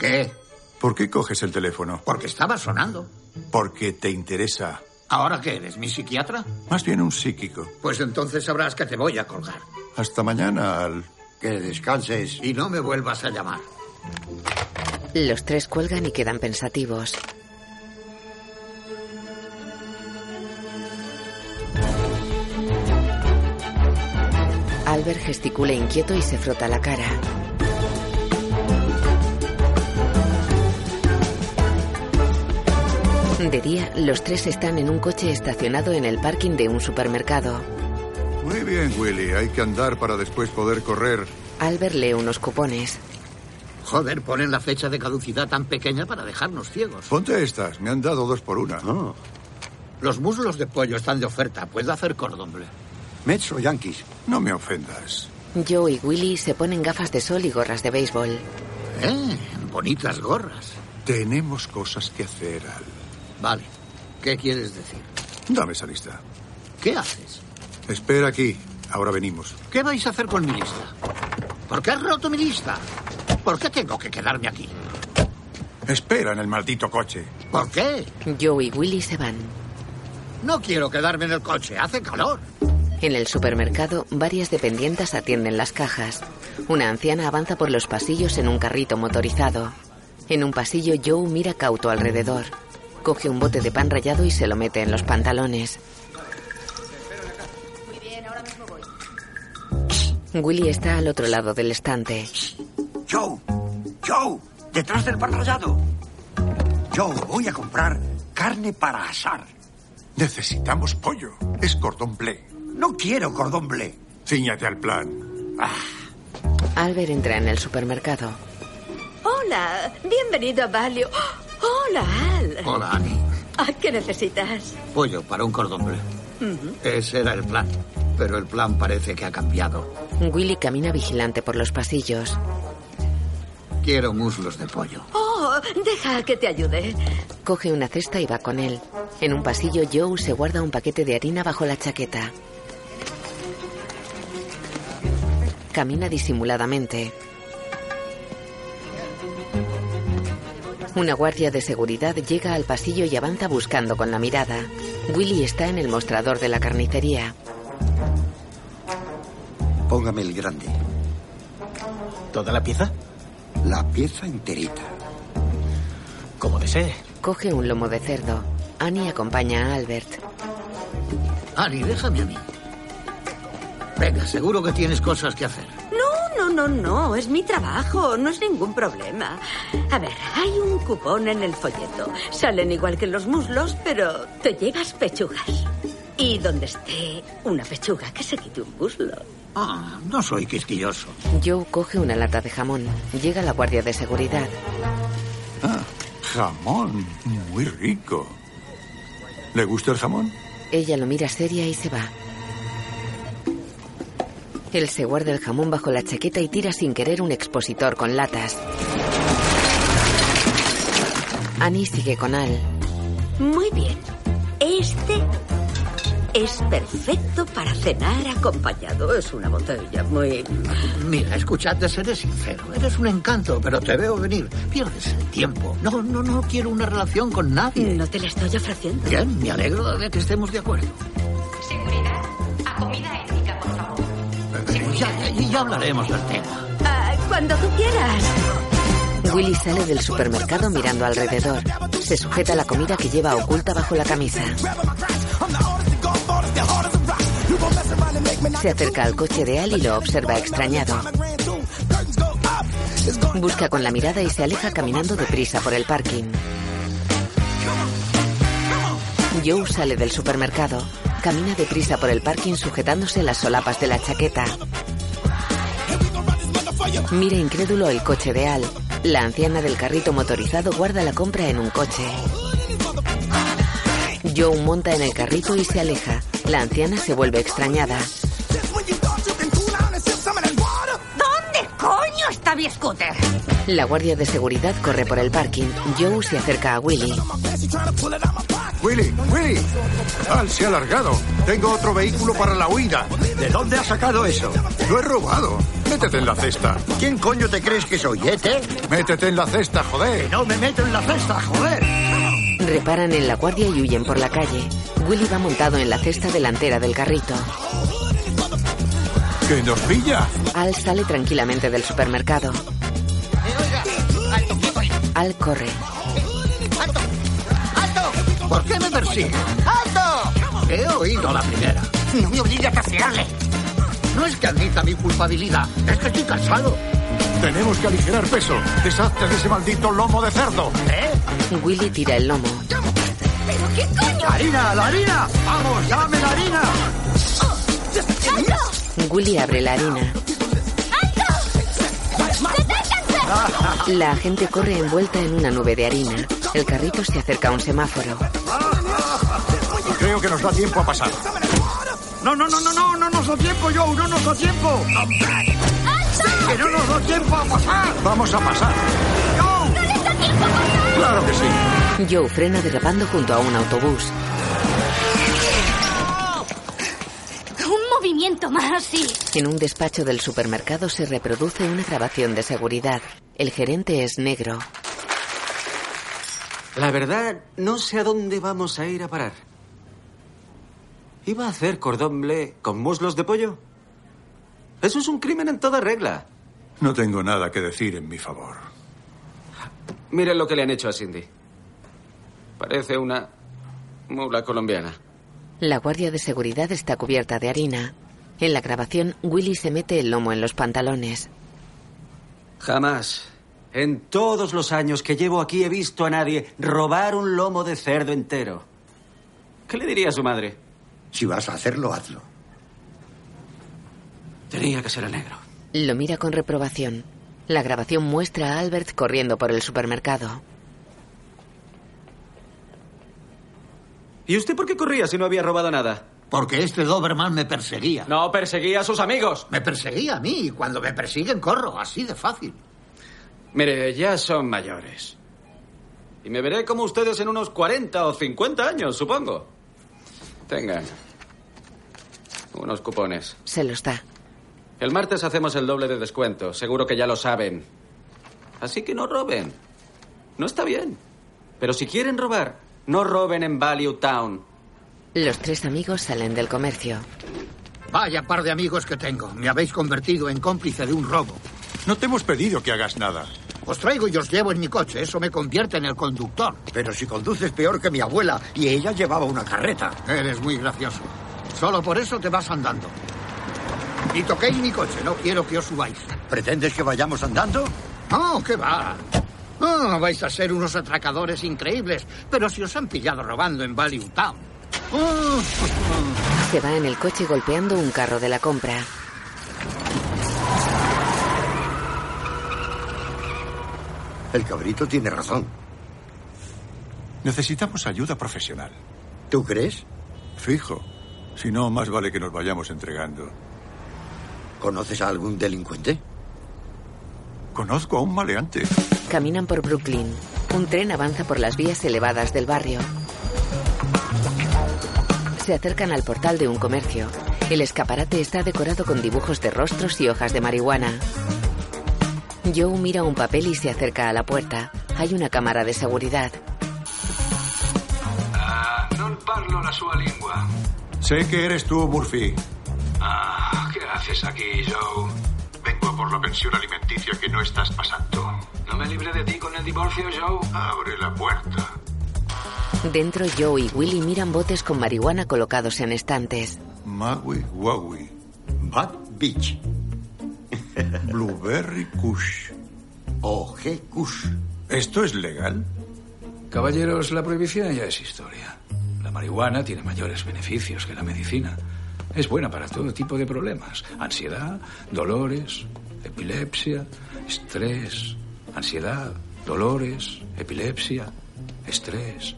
Speaker 10: ¿Qué?
Speaker 4: ¿Por qué coges el teléfono?
Speaker 10: Porque estaba sonando.
Speaker 4: Porque te interesa.
Speaker 10: ¿Ahora qué eres, mi psiquiatra?
Speaker 4: Más bien un psíquico.
Speaker 10: Pues entonces sabrás que te voy a colgar.
Speaker 4: Hasta mañana, Al.
Speaker 12: Que descanses.
Speaker 10: Y no me vuelvas a llamar.
Speaker 2: Los tres cuelgan y quedan pensativos. Albert gesticula inquieto y se frota la cara. De día, los tres están en un coche estacionado en el parking de un supermercado.
Speaker 4: Muy bien, Willy. Hay que andar para después poder correr.
Speaker 2: Albert lee unos cupones.
Speaker 10: Joder, ponen la fecha de caducidad tan pequeña para dejarnos ciegos.
Speaker 4: Ponte estas. Me han dado dos por una.
Speaker 10: Los muslos de pollo están de oferta. Puedo hacer cordón bleu.
Speaker 12: Mets o Yankees.
Speaker 4: No me ofendas.
Speaker 2: Joe y Willy se ponen gafas de sol y gorras de béisbol.
Speaker 10: Eh, bonitas gorras.
Speaker 4: Tenemos cosas que hacer, Al.
Speaker 10: Vale. ¿Qué quieres decir?
Speaker 4: Dame esa lista.
Speaker 10: ¿Qué haces?
Speaker 4: Espera aquí. Ahora venimos.
Speaker 10: ¿Qué vais a hacer con mi lista? ¿Por qué has roto mi lista? ¿Por qué tengo que quedarme aquí?
Speaker 4: Espera en el maldito coche.
Speaker 10: ¿Por qué?
Speaker 2: Joe y Willy se van.
Speaker 10: No quiero quedarme en el coche. Hace calor.
Speaker 2: En el supermercado, varias dependientas atienden las cajas. Una anciana avanza por los pasillos en un carrito motorizado. En un pasillo, Joe mira cauto alrededor. Coge un bote de pan rallado y se lo mete en los pantalones. Willy está al otro lado del estante.
Speaker 12: Joe, Joe, detrás del pan rallado. Joe, voy a comprar carne para asar.
Speaker 4: Necesitamos pollo. Es cordón bleu.
Speaker 12: No quiero cordón bleu.
Speaker 4: Cíñate al plan.
Speaker 2: Albert entra en el supermercado.
Speaker 18: Hola, bienvenido a Valio. Hola, Al.
Speaker 10: Hola, Annie.
Speaker 18: Ah, ¿Qué necesitas?
Speaker 10: Pollo para un cordón bleu.
Speaker 18: Ujú.
Speaker 10: Ese era el plan. Pero el plan parece que ha cambiado.
Speaker 2: Willy camina vigilante por los pasillos.
Speaker 10: Quiero muslos de pollo.
Speaker 18: Oh, deja que te ayude.
Speaker 2: Coge una cesta y va con él. En un pasillo, Joe se guarda un paquete de harina bajo la chaqueta. Camina disimuladamente. Una guardia de seguridad llega al pasillo y avanza buscando con la mirada. Willy está en el mostrador de la carnicería.
Speaker 12: Póngame el grande.
Speaker 7: ¿Toda la pieza?
Speaker 12: La pieza enterita.
Speaker 7: Como desee.
Speaker 2: Coge un lomo de cerdo. Annie acompaña a Albert.
Speaker 10: Annie, déjame a mí. Venga, seguro que tienes cosas que hacer.
Speaker 13: No, no, no, no. Es mi trabajo. No es ningún problema. A ver, hay un cupón en el folleto. Salen igual que los muslos, pero te llevas pechugas. Y donde esté una pechuga, que se quite un muslo.
Speaker 10: Ah, no soy quisquilloso.
Speaker 2: Joe coge una lata de jamón. Llega la guardia de seguridad.
Speaker 12: Ah.
Speaker 4: Jamón. Muy rico. ¿Le gusta el jamón?
Speaker 2: Ella lo mira seria y se va. Él se guarda el jamón bajo la chaqueta y tira sin querer un expositor con latas. Annie sigue con Al.
Speaker 13: Muy bien. Este es perfecto para cenar acompañado. Es una botella muy...
Speaker 10: Mira, escuchad, de seré sincero. Eres un encanto, pero te veo venir. Pierdes el tiempo. No, no, no quiero una relación con nadie.
Speaker 13: No te la estoy ofreciendo.
Speaker 10: Bien, me alegro de que estemos de acuerdo.
Speaker 19: Seguridad, a comida ética, por favor.
Speaker 10: Y ya, ya hablaremos del tema.
Speaker 13: Ah, cuando tú quieras.
Speaker 2: Willy sale del supermercado mirando alrededor. Se sujeta la comida que lleva oculta bajo la camisa. Se acerca al coche de Al y lo observa extrañado. Busca con la mirada y se aleja caminando deprisa por el parking. Joe sale del supermercado. Camina deprisa por el parking sujetándose las solapas de la chaqueta. Mira incrédulo el coche de Al. La anciana del carrito motorizado guarda la compra en un coche. Joe monta en el carrito y se aleja. La anciana se vuelve extrañada.
Speaker 20: ¿Dónde coño está mi scooter?
Speaker 2: La guardia de seguridad corre por el parking. Joe se acerca a Willy.
Speaker 4: Willy, Willy. Al se ha alargado. Tengo otro vehículo para la huida.
Speaker 12: ¿De dónde has sacado eso?
Speaker 4: Lo he robado. Métete en la cesta.
Speaker 12: ¿Quién coño te crees que soy, Ete?
Speaker 4: Métete en la cesta, joder.
Speaker 10: no me meto en la cesta, joder.
Speaker 2: Reparan en la guardia y huyen por la calle. Willy va montado en la cesta delantera del carrito.
Speaker 4: ¿Que nos pilla?
Speaker 2: Al sale tranquilamente del supermercado. Al corre.
Speaker 10: ¿Por qué me persigue?
Speaker 20: ¡Alto!
Speaker 10: He oído la primera.
Speaker 20: No me obligue a pasearle.
Speaker 10: No es que admita mi culpabilidad, es que estoy cansado.
Speaker 4: Tenemos que aligerar peso. Deshazte de ese maldito lomo de cerdo.
Speaker 10: ¿Eh?
Speaker 2: Willy tira el lomo.
Speaker 20: ¿Pero qué coño?
Speaker 10: ¡Harina, la harina! ¡Vamos, dame la harina!
Speaker 20: Oh, ¡Alto!
Speaker 2: Willy abre la harina. La gente corre envuelta en una nube de harina. El carrito se acerca a un semáforo.
Speaker 4: Creo que nos da tiempo a pasar.
Speaker 10: No, no, no, no, no, no nos da tiempo, Joe, no nos da tiempo. ¡Que no nos da tiempo a pasar!
Speaker 4: Vamos a pasar.
Speaker 10: ¡Joe!
Speaker 20: ¡No les da tiempo a pasar!
Speaker 4: Claro que sí.
Speaker 2: Joe frena derrapando junto a un autobús.
Speaker 20: Un movimiento más así.
Speaker 2: En un despacho del supermercado se reproduce una grabación de seguridad. El gerente es negro.
Speaker 21: La verdad, no sé a dónde vamos a ir a parar. ¿Iba a hacer cordón bleu con muslos de pollo? Eso es un crimen en toda regla.
Speaker 4: No tengo nada que decir en mi favor.
Speaker 21: Miren lo que le han hecho a Cindy. Parece una mula colombiana.
Speaker 2: La guardia de seguridad está cubierta de harina. En la grabación, Willy se mete el lomo en los pantalones.
Speaker 21: Jamás, en todos los años que llevo aquí, he visto a nadie robar un lomo de cerdo entero. ¿Qué le diría a su madre?
Speaker 12: Si vas a hacerlo, hazlo.
Speaker 21: Tenía que ser el negro.
Speaker 2: Lo mira con reprobación. La grabación muestra a Albert corriendo por el supermercado.
Speaker 21: ¿Y usted por qué corría si no había robado nada?
Speaker 10: Porque este Doberman me perseguía.
Speaker 21: No, perseguía a sus amigos.
Speaker 10: Me perseguía a mí y cuando me persiguen corro, así de fácil.
Speaker 21: Mire, ya son mayores. Y me veré como ustedes en unos 40 o 50 años, supongo. Tengan. Unos cupones.
Speaker 2: Se los da.
Speaker 21: El martes hacemos el doble de descuento. Seguro que ya lo saben. Así que no roben. No está bien. Pero si quieren robar, no roben en Value Town.
Speaker 2: Los tres amigos salen del comercio.
Speaker 10: Vaya par de amigos que tengo. Me habéis convertido en cómplice de un robo.
Speaker 4: No te hemos pedido que hagas nada.
Speaker 10: Os traigo y os llevo en mi coche. Eso me convierte en el conductor.
Speaker 12: Pero si conduces peor que mi abuela y ella llevaba una carreta.
Speaker 10: Eres muy gracioso. Solo por eso te vas andando. Y toquéis mi coche. No quiero que os subáis.
Speaker 12: ¿Pretendes que vayamos andando?
Speaker 10: No, que va. No, vais a ser unos atracadores increíbles. Pero si os han pillado robando en Value Town.
Speaker 2: Se va en el coche golpeando un carro de la compra.
Speaker 12: El cabrito tiene razón.
Speaker 4: Necesitamos ayuda profesional.
Speaker 12: ¿Tú crees?
Speaker 4: Fijo. Si no, más vale que nos vayamos entregando.
Speaker 12: ¿Conoces a algún delincuente?
Speaker 4: Conozco a un maleante.
Speaker 2: Caminan por Brooklyn. Un tren avanza por las vías elevadas del barrio. Se acercan al portal de un comercio. El escaparate está decorado con dibujos de rostros y hojas de marihuana. Joe mira un papel y se acerca a la puerta. Hay una cámara de seguridad.
Speaker 22: Ah, non parlo la sua lingua.
Speaker 4: Sé que eres tú, Murphy.
Speaker 22: Ah, ¿qué haces aquí, Joe? Vengo
Speaker 15: pago por la pensión alimenticia que no estás pasando. No me libré de ti con el divorcio, Joe. Abre la puerta.
Speaker 2: Dentro, Joe y Willy miran botes con marihuana colocados en estantes.
Speaker 4: Maui Waui. Bad Beach. Blueberry Kush. OG Kush. ¿Esto es legal?
Speaker 15: Caballeros, la prohibición ya es historia. La marihuana tiene mayores beneficios que la medicina. Es buena para todo tipo de problemas. Ansiedad, dolores, epilepsia, estrés. Ansiedad, dolores, epilepsia, estrés.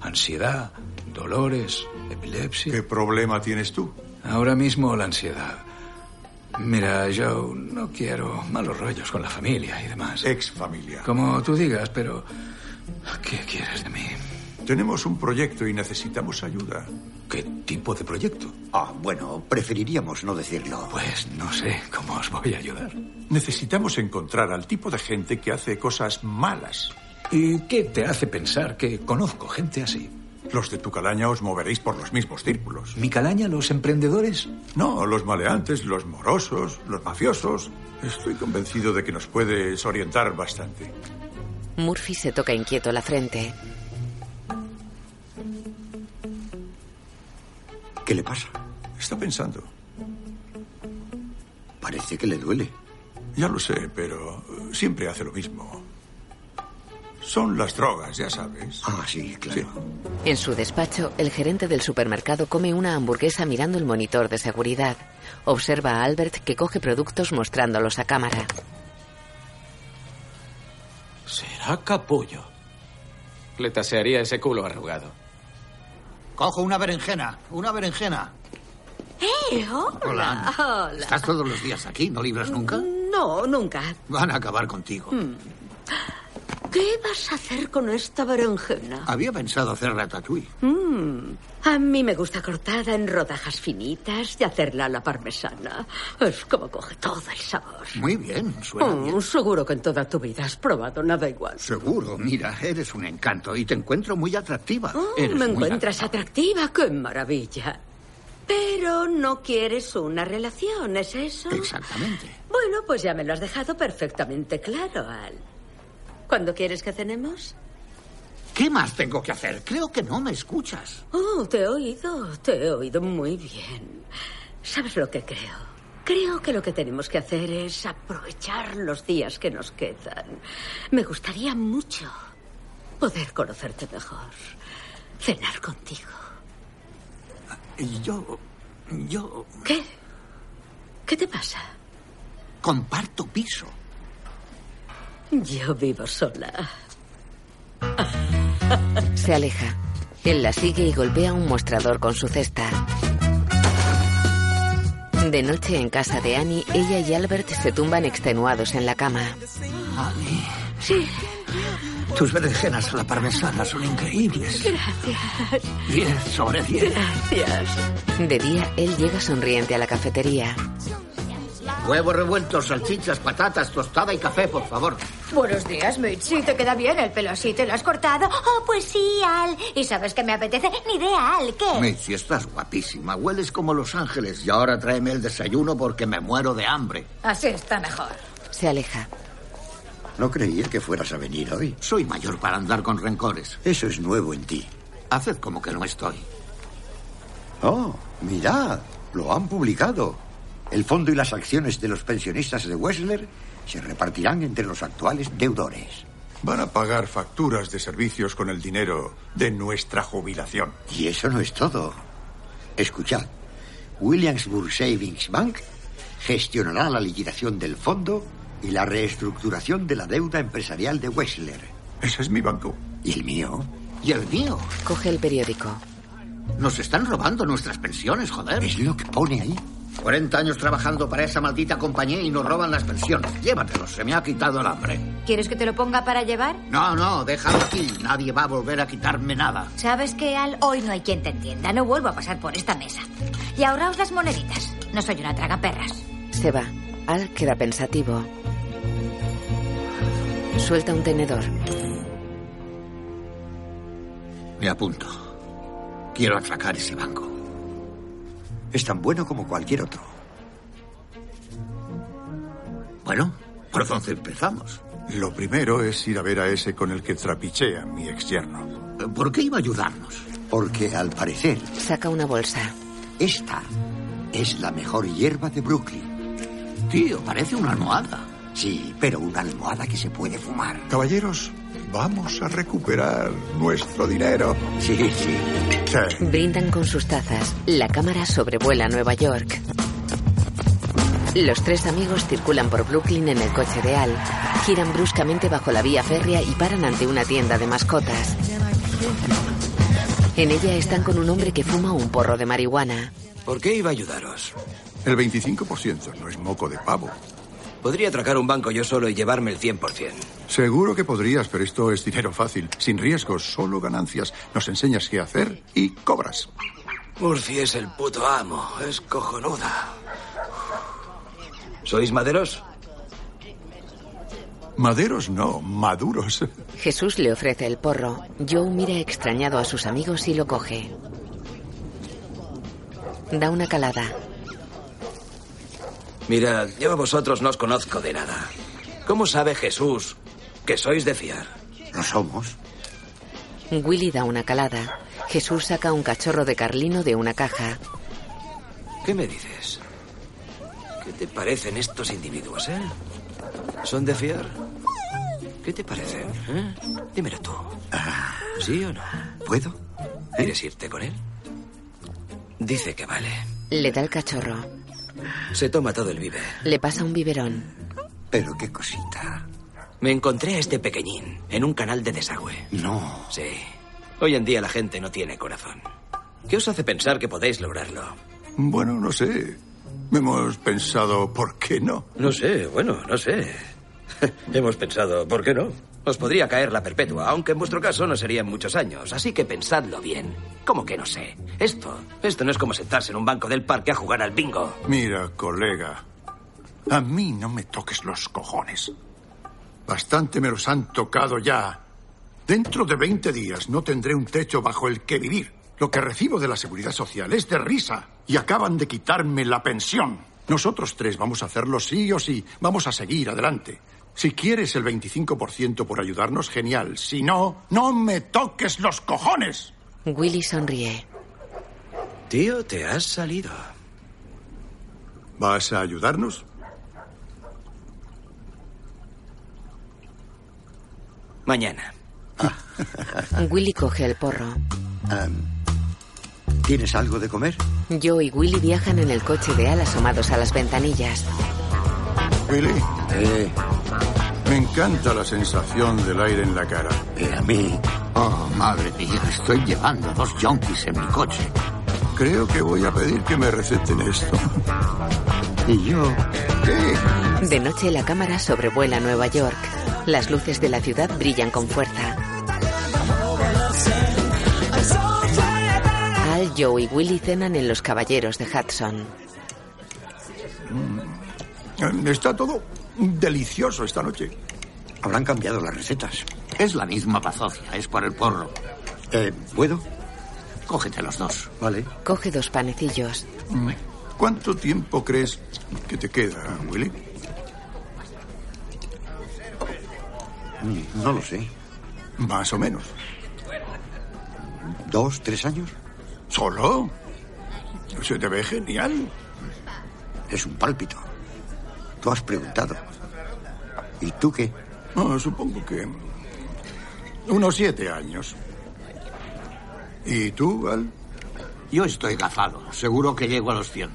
Speaker 15: Ansiedad, dolores, epilepsia.
Speaker 4: ¿Qué problema tienes tú?
Speaker 15: Ahora mismo la ansiedad. Mira, yo no quiero malos rollos con la familia y demás.
Speaker 4: Ex familia.
Speaker 15: Como tú digas, pero ¿qué quieres de mí?
Speaker 4: Tenemos un proyecto y necesitamos ayuda.
Speaker 15: ¿Qué tipo de proyecto?
Speaker 23: Ah, bueno, preferiríamos no decirlo.
Speaker 15: Pues no sé cómo os voy a ayudar.
Speaker 4: Necesitamos encontrar al tipo de gente que hace cosas malas.
Speaker 15: ¿Y qué te hace pensar que conozco gente así?
Speaker 4: Los de tu calaña os moveréis por los mismos círculos.
Speaker 15: ¿Mi calaña, los emprendedores?
Speaker 4: No, los maleantes, los morosos, los mafiosos. Estoy convencido de que nos puedes orientar bastante.
Speaker 2: Murphy se toca inquieto la frente.
Speaker 23: ¿Qué le pasa?
Speaker 4: Está pensando.
Speaker 23: Parece que le duele.
Speaker 4: Ya lo sé, pero eh, siempre hace lo mismo. Son las drogas, ya sabes.
Speaker 23: Ah, sí, claro.
Speaker 2: En su despacho, el gerente del supermercado come una hamburguesa mirando el monitor de seguridad. Observa a Albert que coge productos mostrándolos a cámara.
Speaker 21: Será capullo. Le tasearía ese culo arrugado.
Speaker 10: Cojo una berenjena, una berenjena.
Speaker 13: ¡Eh! Hola.
Speaker 10: Hola.
Speaker 13: Hola.
Speaker 10: Estás todos los días aquí, ¿no libras nunca?
Speaker 13: No, nunca.
Speaker 10: Van a acabar contigo.
Speaker 13: Mm. ¿Qué vas a hacer con esta berenjena?
Speaker 10: Había pensado hacer ratatouille.
Speaker 13: Mm, A mí me gusta cortada en rodajas finitas y hacerla a la parmesana. Es como coge todo el sabor.
Speaker 10: Muy bien, suena
Speaker 13: Mm,
Speaker 10: bien.
Speaker 13: Seguro que en toda tu vida has probado nada igual.
Speaker 10: Seguro, mira, eres un encanto y te encuentro muy atractiva.
Speaker 13: Mm,
Speaker 10: Eres
Speaker 13: me
Speaker 10: muy
Speaker 13: encuentras atractiva, qué maravilla. Pero no quieres una relación, ¿es eso?
Speaker 10: Exactamente.
Speaker 13: Bueno, pues ya me lo has dejado perfectamente claro, Al. ¿Cuándo quieres que cenemos?
Speaker 10: ¿Qué más tengo que hacer? Creo que no me escuchas.
Speaker 13: Oh, te he oído, te he oído muy bien. ¿Sabes lo que creo? Creo que lo que tenemos que hacer es aprovechar los días que nos quedan. Me gustaría mucho poder conocerte mejor, cenar contigo.
Speaker 10: Ah, Y yo. Yo
Speaker 13: ¿Qué? ¿Qué te pasa?
Speaker 10: comparto piso.
Speaker 13: Yo vivo sola.
Speaker 2: Se aleja. Él la sigue y golpea un mostrador con su cesta. De noche en casa de Annie, ella y Albert se tumban extenuados en la cama.
Speaker 10: Ani,
Speaker 13: Sí,
Speaker 10: tus berenjenas a la parmesana son increíbles.
Speaker 13: gracias.
Speaker 10: 10 sobre 10.
Speaker 13: Gracias.
Speaker 2: De día, él llega sonriente a la cafetería.
Speaker 10: Huevos revueltos, salchichas, patatas, tostada y café, por favor.
Speaker 8: Buenos días, Mitch. Sí, te queda bien el pelo así. ¿Te lo has cortado? Oh, pues sí, Al. ¿Y sabes que me apetece? Ni idea, Al.
Speaker 13: Oh.
Speaker 8: ¿Qué?
Speaker 10: Mitzi, estás guapísima. Hueles como Los Ángeles. Y ahora tráeme el desayuno porque me muero de hambre.
Speaker 8: Así está mejor.
Speaker 2: Se aleja.
Speaker 23: No creía que fueras a venir hoy.
Speaker 10: Soy mayor para andar con rencores.
Speaker 23: Eso es nuevo en ti.
Speaker 10: Haced como que no estoy.
Speaker 23: Oh, mirad, lo han publicado. El fondo y las acciones de los pensionistas de Wessler se repartirán entre los actuales deudores.
Speaker 4: Van a pagar facturas de servicios con el dinero de nuestra jubilación.
Speaker 23: Y eso no es todo. Escuchad, Williamsburg Savings Bank gestionará la liquidación del fondo y la reestructuración de la deuda empresarial de Wessler.
Speaker 4: Ese es mi banco.
Speaker 23: ¿Y el mío?
Speaker 10: Y el mío.
Speaker 2: Coge el periódico.
Speaker 10: Nos están robando nuestras pensiones, joder.
Speaker 23: Es lo que pone ahí.
Speaker 10: 40 años trabajando para esa maldita compañía y nos roban las pensiones. Llévatelos, se me ha quitado el hambre.
Speaker 8: ¿Quieres que te lo ponga para llevar?
Speaker 10: No, no, déjalo aquí. Nadie va a volver a quitarme nada.
Speaker 8: ¿Sabes qué, Al? Hoy no hay quien te entienda. No vuelvo a pasar por esta mesa. Y ahorraos las moneditas. No soy una tragaperras.
Speaker 2: Se va. Al queda pensativo. Suelta un tenedor.
Speaker 10: Me apunto. Quiero atracar ese banco.
Speaker 23: Es tan bueno como cualquier otro.
Speaker 4: Bueno, por entonces empezamos. Lo primero es ir a ver a ese con el que trapichea mi ex yerno. ¿Por qué iba a ayudarnos?
Speaker 12: Porque al parecer,
Speaker 2: Saca una bolsa.
Speaker 12: esta es la mejor hierba de Brooklyn.
Speaker 2: Tío,
Speaker 12: parece una almohada. Sí, pero una almohada que se puede fumar.
Speaker 4: Caballeros, vamos a recuperar nuestro dinero.
Speaker 12: Sí, sí.
Speaker 2: Brindan con sus tazas. La cámara sobrevuela Nueva York. Los tres amigos circulan por Brooklyn en el coche de Al. Giran bruscamente bajo la vía férrea y paran ante una tienda de mascotas. En ella están con un hombre que fuma un porro de marihuana.
Speaker 6: ¿Por qué iba a ayudaros?
Speaker 4: El 25% no es moco de pavo.
Speaker 6: Podría atracar un banco yo solo y llevarme el 100%.
Speaker 4: Seguro que podrías, pero esto es dinero fácil, sin riesgos, solo ganancias. Nos enseñas qué hacer y cobras.
Speaker 6: Murphy es el puto amo, es cojonuda. ¿Sois maderos?
Speaker 4: Maderos no, maduros.
Speaker 2: Jesús le ofrece el porro. Joe mira extrañado a sus amigos y lo coge. Da una calada.
Speaker 6: Mirad, yo a vosotros no os conozco de nada. ¿Cómo sabe Jesús que sois de fiar?
Speaker 12: No somos.
Speaker 2: Willy da una calada. Jesús saca un cachorro de Carlino de una caja.
Speaker 6: ¿Qué me dices? ¿Qué te parecen estos individuos, eh? ¿Son de fiar? ¿Qué te parecen? eh? Dímelo tú. ¿Sí o no?
Speaker 12: Ah. ¿Puedo? ¿Eh?
Speaker 6: ¿Quieres irte con él? Dice que vale.
Speaker 2: Le da el cachorro.
Speaker 6: Se toma todo el vive.
Speaker 2: Le pasa un biberón.
Speaker 6: Pero qué cosita. Me encontré a este pequeñín en un canal de desagüe. No. Sí. Hoy en día la gente no tiene corazón. ¿Qué os hace pensar que podéis lograrlo?
Speaker 4: Bueno, no sé. Hemos pensado, ¿por qué no?
Speaker 6: No sé, bueno, no sé. Hemos pensado, ¿por qué no? Os podría caer la perpetua, aunque en vuestro caso no serían muchos años, así que pensadlo bien. ¿Cómo que no sé? Esto, esto no es como sentarse en un banco del parque a jugar al bingo.
Speaker 4: Mira, colega, a mí no me toques los cojones. Bastante me los han tocado ya. Dentro de 20 días no tendré un techo bajo el que vivir. Lo que recibo de la seguridad social es de risa y acaban de quitarme la pensión. Nosotros tres vamos a hacerlo sí o sí. Vamos a seguir adelante. Si quieres el 25% por ayudarnos, genial. Si no, no me toques los cojones.
Speaker 2: Willy sonríe.
Speaker 6: Tío, te has salido.
Speaker 4: ¿Vas a ayudarnos?
Speaker 6: Mañana.
Speaker 2: Willy coge el porro.
Speaker 12: Em, ¿Tienes algo de comer?
Speaker 2: Joe y Willy viajan en el coche de Al asomados a las ventanillas.
Speaker 4: Billy.
Speaker 10: Eh.
Speaker 4: Me encanta la sensación del aire en la cara.
Speaker 10: Y Eh, a mí. Oh, madre mía, estoy llevando dos yonkis en mi coche.
Speaker 4: Creo que voy a pedir que me receten esto.
Speaker 10: Y yo.
Speaker 2: De noche la cámara sobrevuela Nueva York. Las luces de la ciudad brillan con fuerza. Al, Joe y Willy cenan en los caballeros de Hudson.
Speaker 4: Eh, Está todo delicioso esta noche.
Speaker 12: Habrán cambiado las recetas.
Speaker 10: Es la misma bazofia, es por el porro.
Speaker 12: Eh, ¿Puedo?
Speaker 10: Cógete los dos.
Speaker 12: Vale.
Speaker 2: Coge dos panecillos.
Speaker 4: ¿Cuánto tiempo crees que te queda, Willy?
Speaker 12: No lo sé.
Speaker 4: Más o menos.
Speaker 12: ¿Dos, tres años?
Speaker 4: ¿Solo? Se te ve genial.
Speaker 12: Es un pálpito. Tú has preguntado. ¿Y tú qué?
Speaker 4: Ah, supongo que. Unos siete años. ¿Y tú, Al?
Speaker 10: Yo estoy gafado. Seguro que llego a los 100.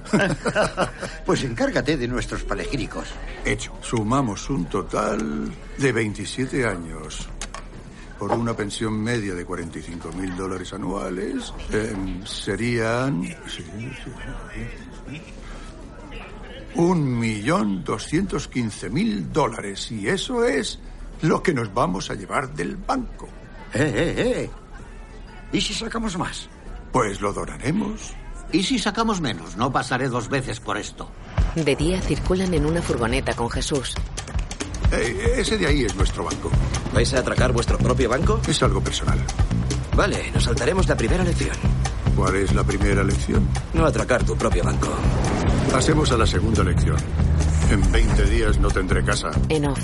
Speaker 12: Pues encárgate de nuestros panegíricos.
Speaker 4: Hecho. Sumamos un total de 27 años. Por una pensión media de 45 mil dólares anuales, em, serían. sí, sí, sí. Un millón doscientos quince mil dólares. Y eso es lo que nos vamos a llevar del banco.
Speaker 12: Eh, eh, eh. ¿Y si sacamos más?
Speaker 4: Pues lo donaremos.
Speaker 10: ¿Y si sacamos menos? No pasaré dos veces por esto.
Speaker 2: De día circulan en una furgoneta con Jesús.
Speaker 4: Eh, ese de ahí es nuestro banco.
Speaker 6: ¿Vais a atracar vuestro propio banco?
Speaker 4: Es algo personal.
Speaker 6: Vale, nos saltaremos la primera lección.
Speaker 4: ¿Cuál es la primera lección?
Speaker 6: No atracar tu propio banco.
Speaker 4: Pasemos a la segunda lección. En 20 días no tendré casa.
Speaker 2: En off.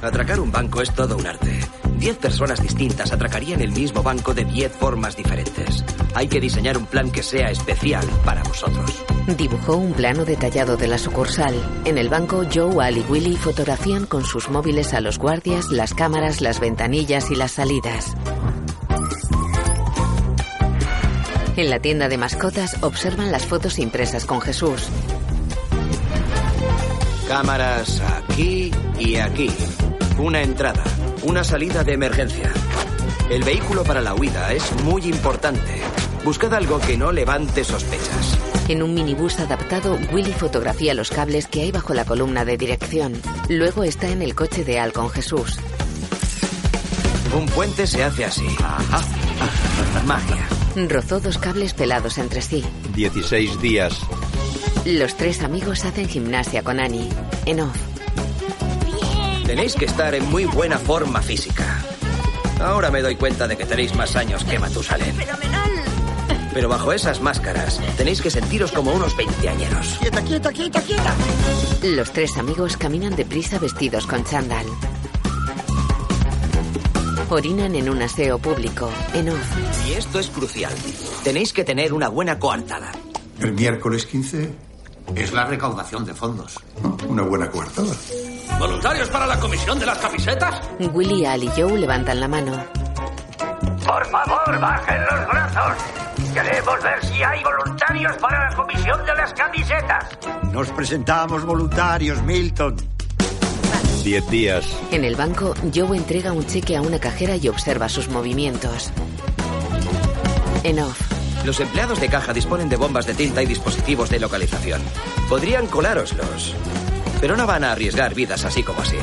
Speaker 6: Atracar un banco es todo un arte. Diez personas distintas atracarían el mismo banco de diez formas diferentes. Hay que diseñar un plan que sea especial para vosotros.
Speaker 2: Dibujó un plano detallado de la sucursal. En el banco, Joe, Al y Willy fotografían con sus móviles a los guardias, las cámaras, las ventanillas y las salidas. En la tienda de mascotas observan las fotos impresas con Jesús.
Speaker 6: Cámaras aquí y aquí. Una entrada, una salida de emergencia. El vehículo para la huida es muy importante. Buscad algo que no levante sospechas.
Speaker 2: En un minibús adaptado, Willy fotografía los cables que hay bajo la columna de dirección. Luego está en el coche de Al con Jesús.
Speaker 6: Un puente se hace así. Ajá. Magia.
Speaker 2: Rozó dos cables pelados entre sí.
Speaker 1: 16 días.
Speaker 2: Los tres amigos hacen gimnasia con Annie. En off.
Speaker 6: Tenéis que estar en muy buena forma física. Ahora me doy cuenta de que tenéis más años que Matusalén. Pero bajo esas máscaras tenéis que sentiros como unos veinteañeros.
Speaker 2: Quieta, quieta, quieta, quieta. Los tres amigos caminan deprisa vestidos con chándal. Orinan en un aseo público. En off.
Speaker 6: Y esto es crucial. Tenéis que tener una buena coartada.
Speaker 4: El miércoles 15,
Speaker 10: Es la recaudación de fondos.
Speaker 4: una buena coartada.
Speaker 24: ¿Voluntarios para la comisión de las camisetas?
Speaker 2: Willy, Al y Joe levantan la mano.
Speaker 24: Por favor, bajen los brazos. Queremos ver si hay voluntarios para la comisión de las camisetas.
Speaker 12: Nos presentamos voluntarios, Milton.
Speaker 1: 10 días.
Speaker 2: En el banco, Joe entrega un cheque a una cajera y observa sus movimientos. En off.
Speaker 6: Los empleados de caja disponen de bombas de tinta y dispositivos de localización. Podrían colároslos, pero no van a arriesgar vidas así como así.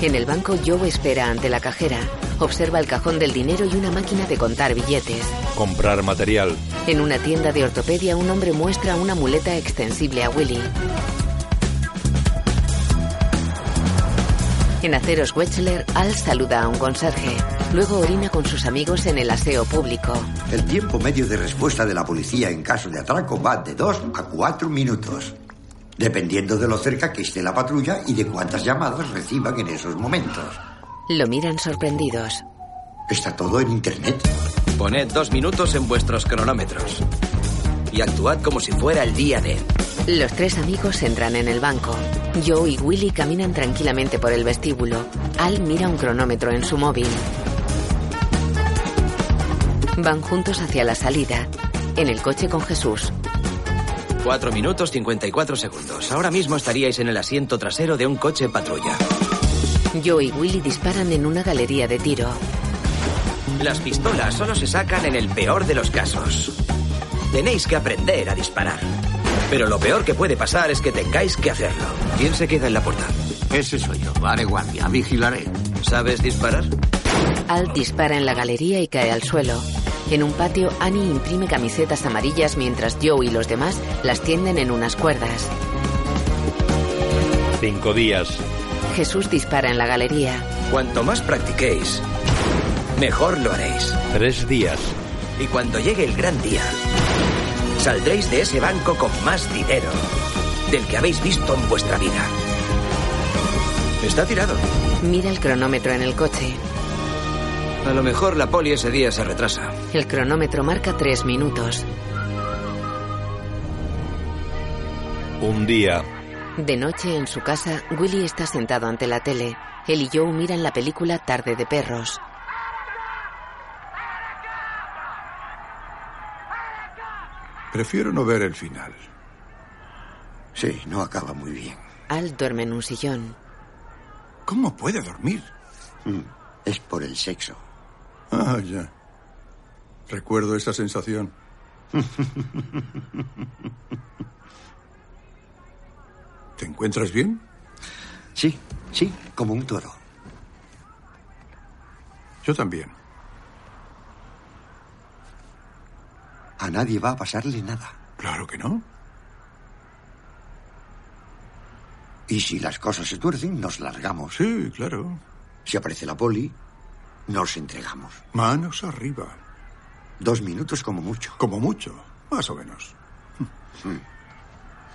Speaker 2: En el banco, Joe espera ante la cajera. Observa el cajón del dinero y una máquina de contar billetes.
Speaker 1: Comprar material.
Speaker 2: En una tienda de ortopedia, un hombre muestra una muleta extensible a Willy. En aceros Wechsler, Al saluda a un conserje. Luego orina con sus amigos en el aseo público.
Speaker 12: El tiempo medio de respuesta de la policía en caso de atraco va de 2 a 4 minutos, dependiendo de lo cerca que esté la patrulla y de cuántas llamadas reciban en esos momentos.
Speaker 2: Lo miran sorprendidos.
Speaker 12: Está todo en Internet.
Speaker 6: Poned dos minutos en vuestros cronómetros y actuad como si fuera el día de.
Speaker 2: Los tres amigos entran en el banco. Joe y Willy caminan tranquilamente por el vestíbulo. Al mira un cronómetro en su móvil. Van juntos hacia la salida. En el coche con Jesús.
Speaker 6: 4 minutos 54 segundos. Ahora mismo estaríais en el asiento trasero de un coche patrulla.
Speaker 2: Joe y Willy disparan en una galería de tiro.
Speaker 6: Las pistolas solo se sacan en el peor de los casos. Tenéis que aprender a disparar. Pero lo peor que puede pasar es que tengáis que hacerlo. ¿Quién se queda en la puerta?
Speaker 10: Ese soy yo. Haré guardia, vigilaré.
Speaker 6: ¿Sabes disparar?
Speaker 2: Al dispara en la galería y cae al suelo. En un patio, Annie imprime camisetas amarillas mientras Joe y los demás las tienden en unas cuerdas.
Speaker 1: 5 días.
Speaker 2: Jesús dispara en la galería.
Speaker 6: Cuanto más practiquéis, mejor lo haréis.
Speaker 1: 3 días.
Speaker 6: Y cuando llegue el gran día, saldréis de ese banco con más dinero del que habéis visto en vuestra vida. Está tirado.
Speaker 2: Mira el cronómetro en el coche.
Speaker 6: A lo mejor la poli ese día se retrasa.
Speaker 2: El cronómetro marca tres minutos.
Speaker 1: Un día.
Speaker 2: De noche en su casa, Willy está sentado ante la tele. Él y Joe miran la película Tarde de Perros.
Speaker 4: Prefiero no ver el final.
Speaker 12: Sí, no acaba muy bien.
Speaker 2: Al duerme en un sillón.
Speaker 4: ¿Cómo puede dormir?
Speaker 12: Mm, Es por el sexo.
Speaker 4: Ah, ya. Recuerdo esa sensación. ¿Te encuentras bien?
Speaker 12: Sí, sí, como un toro.
Speaker 4: Yo también.
Speaker 12: A nadie va a pasarle nada.
Speaker 4: Claro que no.
Speaker 12: Y si las cosas se tuercen, nos largamos.
Speaker 4: Sí, claro.
Speaker 12: Si aparece la poli, nos entregamos.
Speaker 4: Manos arriba.
Speaker 12: Dos minutos como mucho.
Speaker 4: Como mucho, más o menos.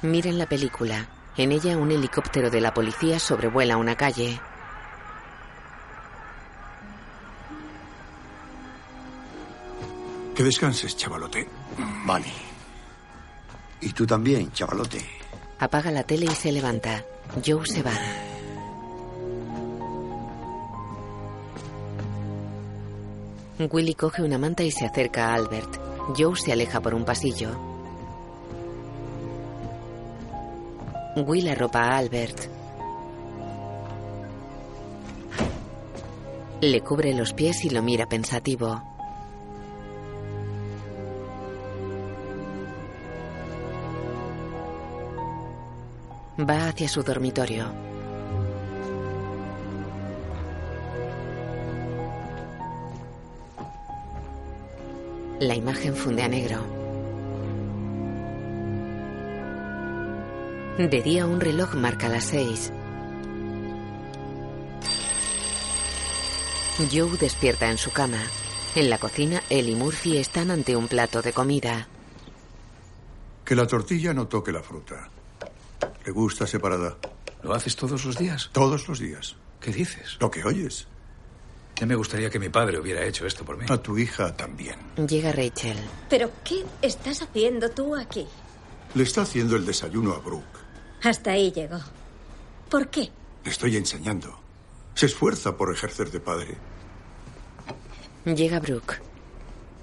Speaker 2: Miren la película. En ella un helicóptero de la policía sobrevuela una calle.
Speaker 4: Que descanses, chavalote.
Speaker 12: Vale. Y tú también, chavalote.
Speaker 2: Apaga la tele y se levanta. Joe se va. Willy coge una manta y se acerca a Albert. Joe se aleja por un pasillo. Will arropa a Albert. Le cubre los pies y lo mira pensativo. Va hacia su dormitorio. La imagen funde a negro. De día un reloj marca las seis. Joe despierta en su cama. En la cocina, él y Murphy están ante un plato de comida.
Speaker 4: Que la tortilla no toque la fruta. Le gusta separada. ¿Lo haces todos los días? Todos los días. ¿Qué dices? Lo que oyes.
Speaker 22: Ya me gustaría que mi padre hubiera hecho esto por mí.
Speaker 4: A tu hija también.
Speaker 2: Llega Rachel.
Speaker 8: ¿Pero qué estás haciendo tú aquí?
Speaker 4: Le está haciendo el desayuno a Brooke.
Speaker 8: Hasta ahí llegó. ¿Por qué?
Speaker 4: Le estoy enseñando. Se esfuerza por ejercer de padre.
Speaker 2: Llega Brooke.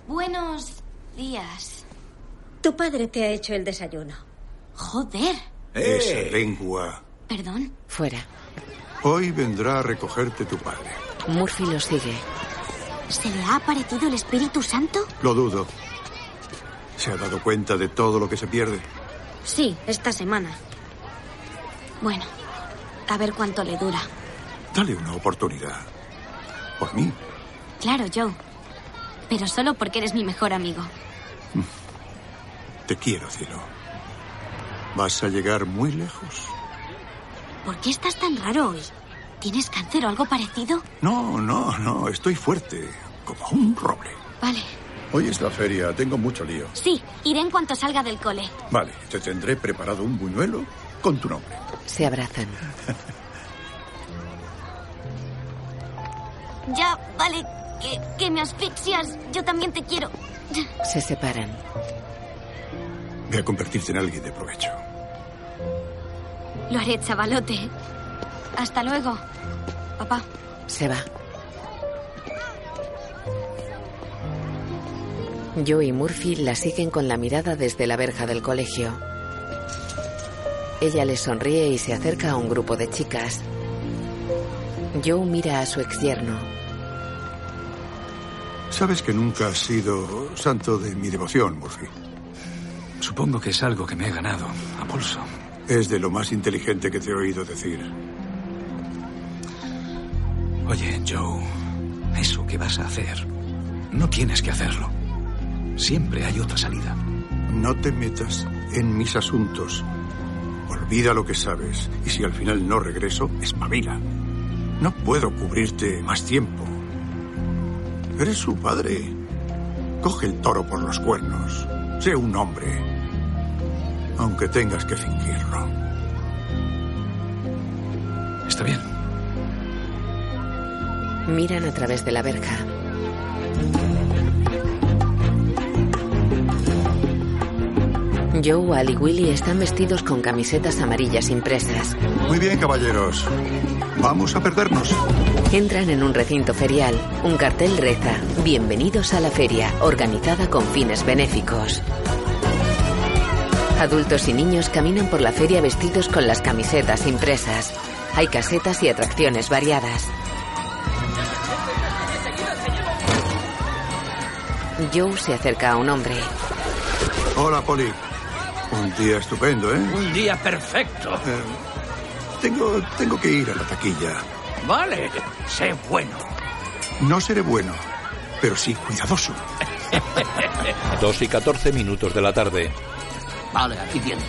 Speaker 8: Buenos días. Tu padre te ha hecho el desayuno. Joder.
Speaker 22: ¡Eh!
Speaker 4: Esa lengua.
Speaker 8: Perdón.
Speaker 2: Fuera.
Speaker 4: Hoy vendrá a recogerte tu padre.
Speaker 2: Murphy lo sigue.
Speaker 8: ¿Se le ha aparecido el Espíritu Santo?
Speaker 4: Lo dudo. Se ha dado cuenta de todo lo que se pierde.
Speaker 8: Sí, esta semana. Bueno, a ver cuánto le dura.
Speaker 4: Dale una oportunidad. Por mí.
Speaker 8: Claro, Joe. Pero solo porque eres mi mejor amigo.
Speaker 4: Te quiero, cielo. Vas a llegar muy lejos.
Speaker 8: ¿Por qué estás tan raro hoy? ¿Tienes cáncer o algo parecido?
Speaker 4: No, no, no. Estoy fuerte. Como un roble.
Speaker 8: Vale.
Speaker 4: Hoy es la feria. Tengo mucho lío.
Speaker 8: Sí, iré en cuanto salga del cole.
Speaker 4: Vale, te tendré preparado un buñuelo con tu nombre.
Speaker 2: Se abrazan.
Speaker 25: Ya, vale, que, que me asfixias. Yo también te quiero.
Speaker 2: Se separan.
Speaker 4: Ve a convertirte en alguien de provecho.
Speaker 8: Lo haré, chavalote. Hasta luego, papá.
Speaker 2: Se va. Joe y Murphy la siguen con la mirada desde la verja del colegio. Ella le sonríe y se acerca a un grupo de chicas. Joe mira a su exyerno.
Speaker 4: Sabes que nunca has sido santo de mi devoción, Murphy.
Speaker 22: Supongo que es algo que me he ganado a pulso.
Speaker 4: Es de lo más inteligente que te he oído decir.
Speaker 22: Oye, Joe, eso que vas a hacer, no tienes que hacerlo. Siempre hay otra salida.
Speaker 4: No te metas en mis asuntos. Olvida lo que sabes y si al final no regreso, espabila. No puedo cubrirte más tiempo. Eres su padre. Coge el toro por los cuernos. Sé un hombre. Aunque tengas que fingirlo.
Speaker 22: Está bien.
Speaker 2: Miran a través de la verja. Joe, Al y Willy están vestidos con camisetas amarillas impresas.
Speaker 4: Muy bien, caballeros. Vamos a perdernos.
Speaker 2: Entran en un recinto ferial. Un cartel reza: Bienvenidos a la feria, organizada con fines benéficos. Adultos y niños caminan por la feria vestidos con las camisetas impresas. Hay casetas y atracciones variadas. Joe se acerca a un hombre.
Speaker 4: Hola, Poli. Un día estupendo, ¿eh?
Speaker 17: Un día perfecto.
Speaker 4: Eh, tengo, tengo que ir a la taquilla.
Speaker 17: Vale, sé bueno.
Speaker 4: No seré bueno, pero sí cuidadoso.
Speaker 1: 2 y 14 minutos de la tarde.
Speaker 17: Vale, aquí tienes.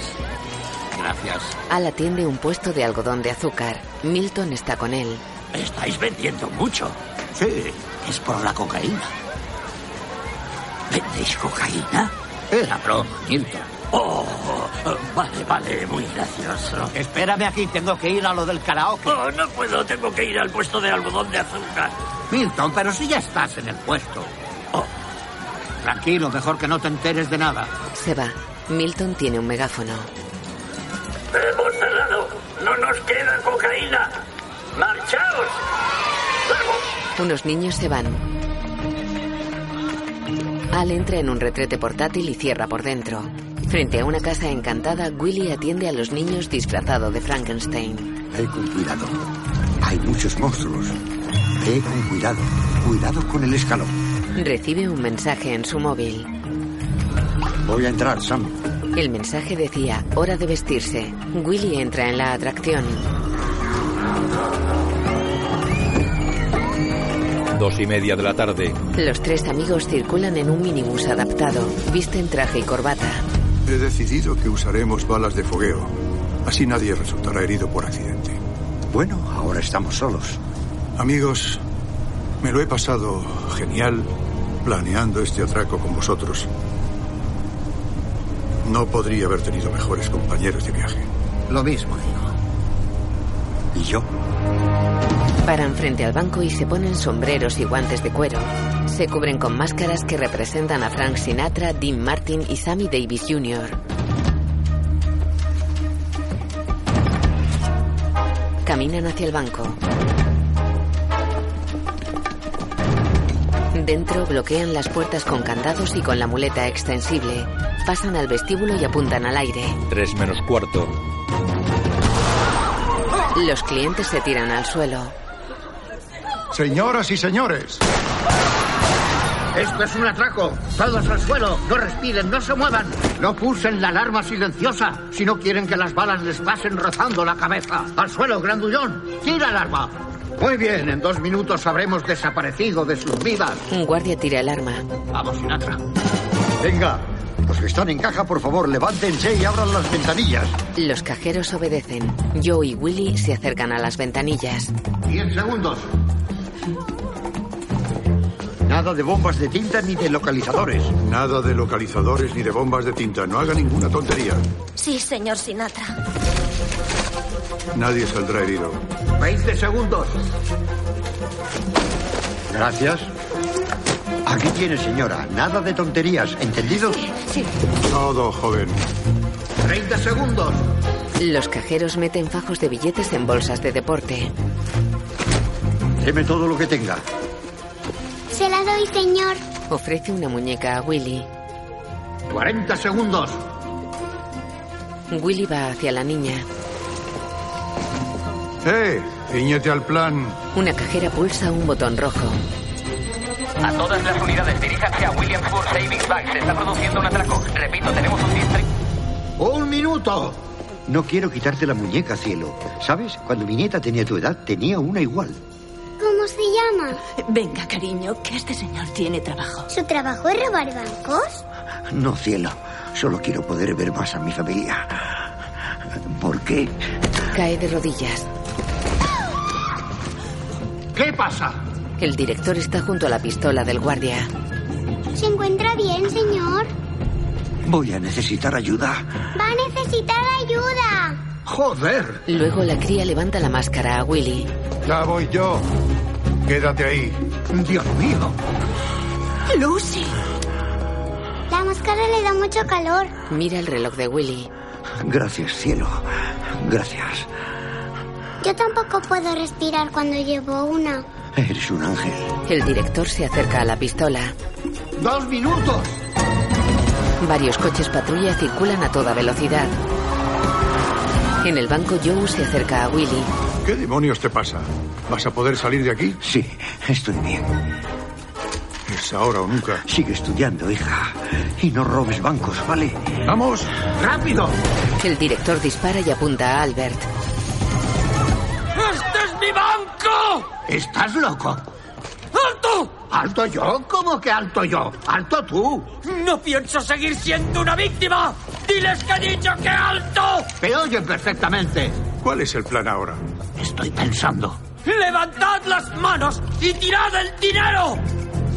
Speaker 17: Gracias.
Speaker 2: Al atiende un puesto de algodón de azúcar. Milton está con él.
Speaker 17: Estáis vendiendo mucho. Sí. Es por la cocaína. ¿Vendéis cocaína? Era broma, Milton. Oh, Vale, vale, muy gracioso.
Speaker 10: Espérame aquí, tengo que ir a lo del karaoke.
Speaker 17: Oh, no puedo, tengo que ir al puesto de algodón de azúcar.
Speaker 10: Milton, pero si ya estás en el puesto. Oh. Tranquilo, mejor que no te enteres de nada.
Speaker 2: Se va. Milton tiene un megáfono.
Speaker 24: Hemos cerrado. No nos queda cocaína. ¡Marchaos!
Speaker 2: Unos niños se van. Al entra en un retrete portátil y cierra por dentro. Frente a una casa encantada, Willy atiende a los niños disfrazado de Frankenstein.
Speaker 12: Ve con cuidado. Hay muchos monstruos. Ve con cuidado. Cuidado con el escalón.
Speaker 2: Recibe un mensaje en su móvil.
Speaker 12: Voy a entrar, Sam.
Speaker 2: El mensaje decía, hora de vestirse. Willy entra en la atracción.
Speaker 1: Dos y media de la tarde.
Speaker 2: Los tres amigos circulan en un minibús adaptado. Visten traje y corbata.
Speaker 4: He decidido que usaremos balas de fogueo. Así nadie resultará herido por accidente.
Speaker 12: Bueno, ahora estamos solos.
Speaker 4: Amigos, me lo he pasado genial planeando este atraco con vosotros. No podría haber tenido mejores compañeros de viaje.
Speaker 10: Lo mismo digo.
Speaker 12: ¿Y yo?
Speaker 2: Paran frente al banco y se ponen sombreros y guantes de cuero. Se cubren con máscaras que representan a Frank Sinatra, Dean Martin y Sammy Davis Jr. Caminan hacia el banco. Dentro bloquean las puertas con candados y con la muleta extensible. Pasan al vestíbulo y apuntan al aire.
Speaker 1: Tres menos cuarto.
Speaker 2: Los clientes se tiran al suelo.
Speaker 4: Señoras y señores,
Speaker 10: Esto es un atraco. Todos al suelo. No respiren, no se muevan. No pulsen la alarma silenciosa si no quieren que las balas les pasen rozando la cabeza. Al suelo, grandullón. Tira alarma. Muy bien, en dos minutos habremos desaparecido de sus vidas.
Speaker 2: Un guardia tira el arma.
Speaker 10: Vamos, Sinatra.
Speaker 12: Venga, los que están en caja, por favor, levántense y abran las ventanillas.
Speaker 2: Los cajeros obedecen. Joe y Willy se acercan a las ventanillas.
Speaker 10: Diez segundos.
Speaker 12: Nada de bombas de tinta ni de localizadores.
Speaker 4: nada de localizadores ni de bombas de tinta. No haga ninguna tontería.
Speaker 25: Sí, señor Sinatra.
Speaker 4: Nadie saldrá herido.
Speaker 10: 20 segundos.
Speaker 12: Gracias. Aquí tiene, señora. Nada de tonterías, ¿entendido?
Speaker 25: Sí.
Speaker 4: Todo, joven.
Speaker 10: 30 segundos.
Speaker 2: Los cajeros meten fajos de billetes en bolsas de deporte.
Speaker 12: Deme todo lo que tenga.
Speaker 25: Se la doy, señor.
Speaker 2: Ofrece una muñeca a Willy.
Speaker 10: 40 segundos.
Speaker 2: Willy va hacia la niña.
Speaker 4: ¡Eh! Ciñete al plan.
Speaker 2: Una cajera pulsa un botón rojo.
Speaker 9: A todas las unidades, diríjanse a Williamsburg Savings Bank. Se está produciendo un atraco. Repito, tenemos un distrito.
Speaker 10: ¡Un minuto!
Speaker 12: No quiero quitarte la muñeca, cielo. ¿Sabes? Cuando mi nieta tenía tu edad, tenía una igual.
Speaker 25: ¿Cómo se llama?
Speaker 13: Venga, cariño, que este señor tiene trabajo.
Speaker 25: ¿Su trabajo es robar bancos?
Speaker 12: No, cielo. Solo quiero poder ver más a mi familia. ¿Por qué?
Speaker 2: Cae de rodillas.
Speaker 10: ¿Qué pasa?
Speaker 2: El director está junto a la pistola del guardia.
Speaker 25: ¿Se encuentra bien, señor?
Speaker 12: Voy a necesitar ayuda.
Speaker 25: Va a necesitar ayuda.
Speaker 4: ¡Joder!
Speaker 2: Luego la cría levanta la máscara a Willy.
Speaker 4: Ya voy yo. Quédate ahí.
Speaker 10: Dios mío.
Speaker 13: Lucy.
Speaker 25: La máscara le da mucho calor.
Speaker 2: Mira el reloj de Willy.
Speaker 12: Gracias, cielo. Gracias.
Speaker 25: Yo tampoco puedo respirar cuando llevo una.
Speaker 12: Eres un ángel.
Speaker 2: El director se acerca a la pistola.
Speaker 10: ¡Dos minutos!
Speaker 2: Varios coches patrulla circulan a toda velocidad. En el banco Joe se acerca a Willy.
Speaker 4: ¿Qué demonios te pasa? ¿Vas a poder salir de aquí?
Speaker 12: Sí, estoy bien.
Speaker 4: Es ahora o nunca.
Speaker 12: Sigue estudiando, hija. Y no robes bancos, ¿vale?
Speaker 4: ¡Vamos! ¡Rápido!
Speaker 2: El director dispara y apunta a Albert.
Speaker 17: ¡Este es mi banco!
Speaker 10: ¿Estás loco?
Speaker 17: ¡Alto!
Speaker 10: ¿Alto yo? ¿Cómo que alto yo? ¡Alto tú!
Speaker 17: No pienso seguir siendo una víctima. Diles que he dicho que alto.
Speaker 10: Te oyen perfectamente.
Speaker 4: ¿Cuál es el plan ahora?
Speaker 10: Estoy pensando.
Speaker 17: Levantad las manos y tirad el dinero.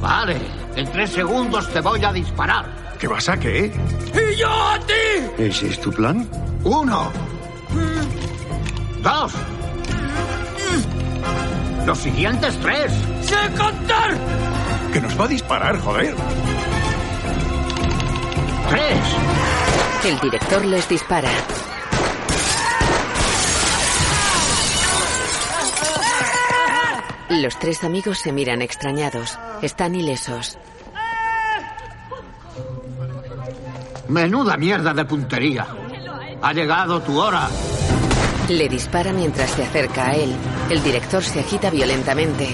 Speaker 10: Vale, en tres segundos te voy a disparar.
Speaker 4: ¿Qué vas a ¿eh? qué?
Speaker 26: ¡Y yo a ti!
Speaker 27: ¿Ese es tu plan?
Speaker 4: Uno.
Speaker 10: Mm. Dos. Mm. Los siguientes tres.
Speaker 26: ¡Sé contar!
Speaker 4: Que nos va a disparar, joder.
Speaker 2: El director les dispara. Los tres amigos se miran extrañados. Están ilesos.
Speaker 10: Menuda mierda de puntería. Ha llegado tu hora.
Speaker 2: Le dispara mientras se acerca a él. El director se agita violentamente.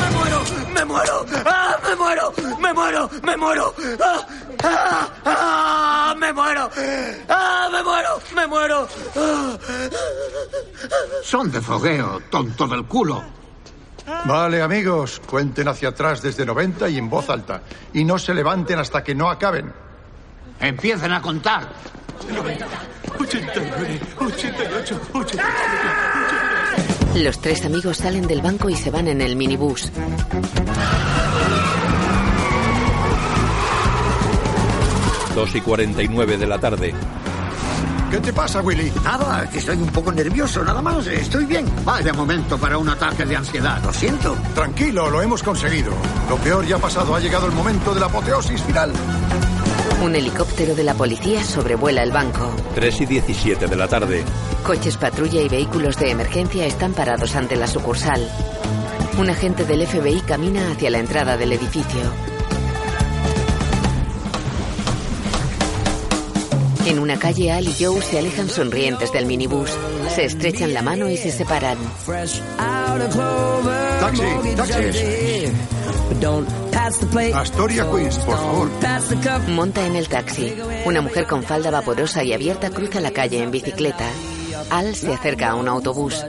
Speaker 26: ¡Me muero! ¡Me muero! ¡Ah, me muero! ¡Me muero! ¡Me muero! ¡Ah, ah, ah, me muero! ¡Ah, me muero! ¡Me muero! ¡Ah!
Speaker 10: Son de fogueo, tonto del culo.
Speaker 4: Vale, amigos, cuenten hacia atrás desde 90 y en voz alta. Y no se levanten hasta que no acaben.
Speaker 10: Empiecen a contar.
Speaker 17: 89, 88, 89.
Speaker 2: Los tres amigos salen del banco y se van en el minibús.
Speaker 1: Dos y 49 de la tarde.
Speaker 27: ¿Qué te pasa, Willy? Nada, que estoy un poco nervioso, nada más. Estoy bien.
Speaker 10: Vaya momento para un ataque de ansiedad. Lo siento.
Speaker 4: Tranquilo, lo hemos conseguido. Lo peor ya ha pasado. Ha llegado el momento de la apoteosis final.
Speaker 2: Un helicóptero de la policía sobrevuela el banco.
Speaker 1: Tres y 17 de la tarde.
Speaker 2: Coches patrulla y vehículos de emergencia están parados ante la sucursal. Un agente del FBI camina hacia la entrada del edificio. En una calle, Al y Joe se alejan sonrientes del minibús. Se estrechan la mano y se separan.
Speaker 4: Taxi, taxis. Astoria Queens, por favor.
Speaker 2: Monta en el taxi. Una mujer con falda vaporosa y abierta cruza la calle en bicicleta. Al se acerca a un autobús.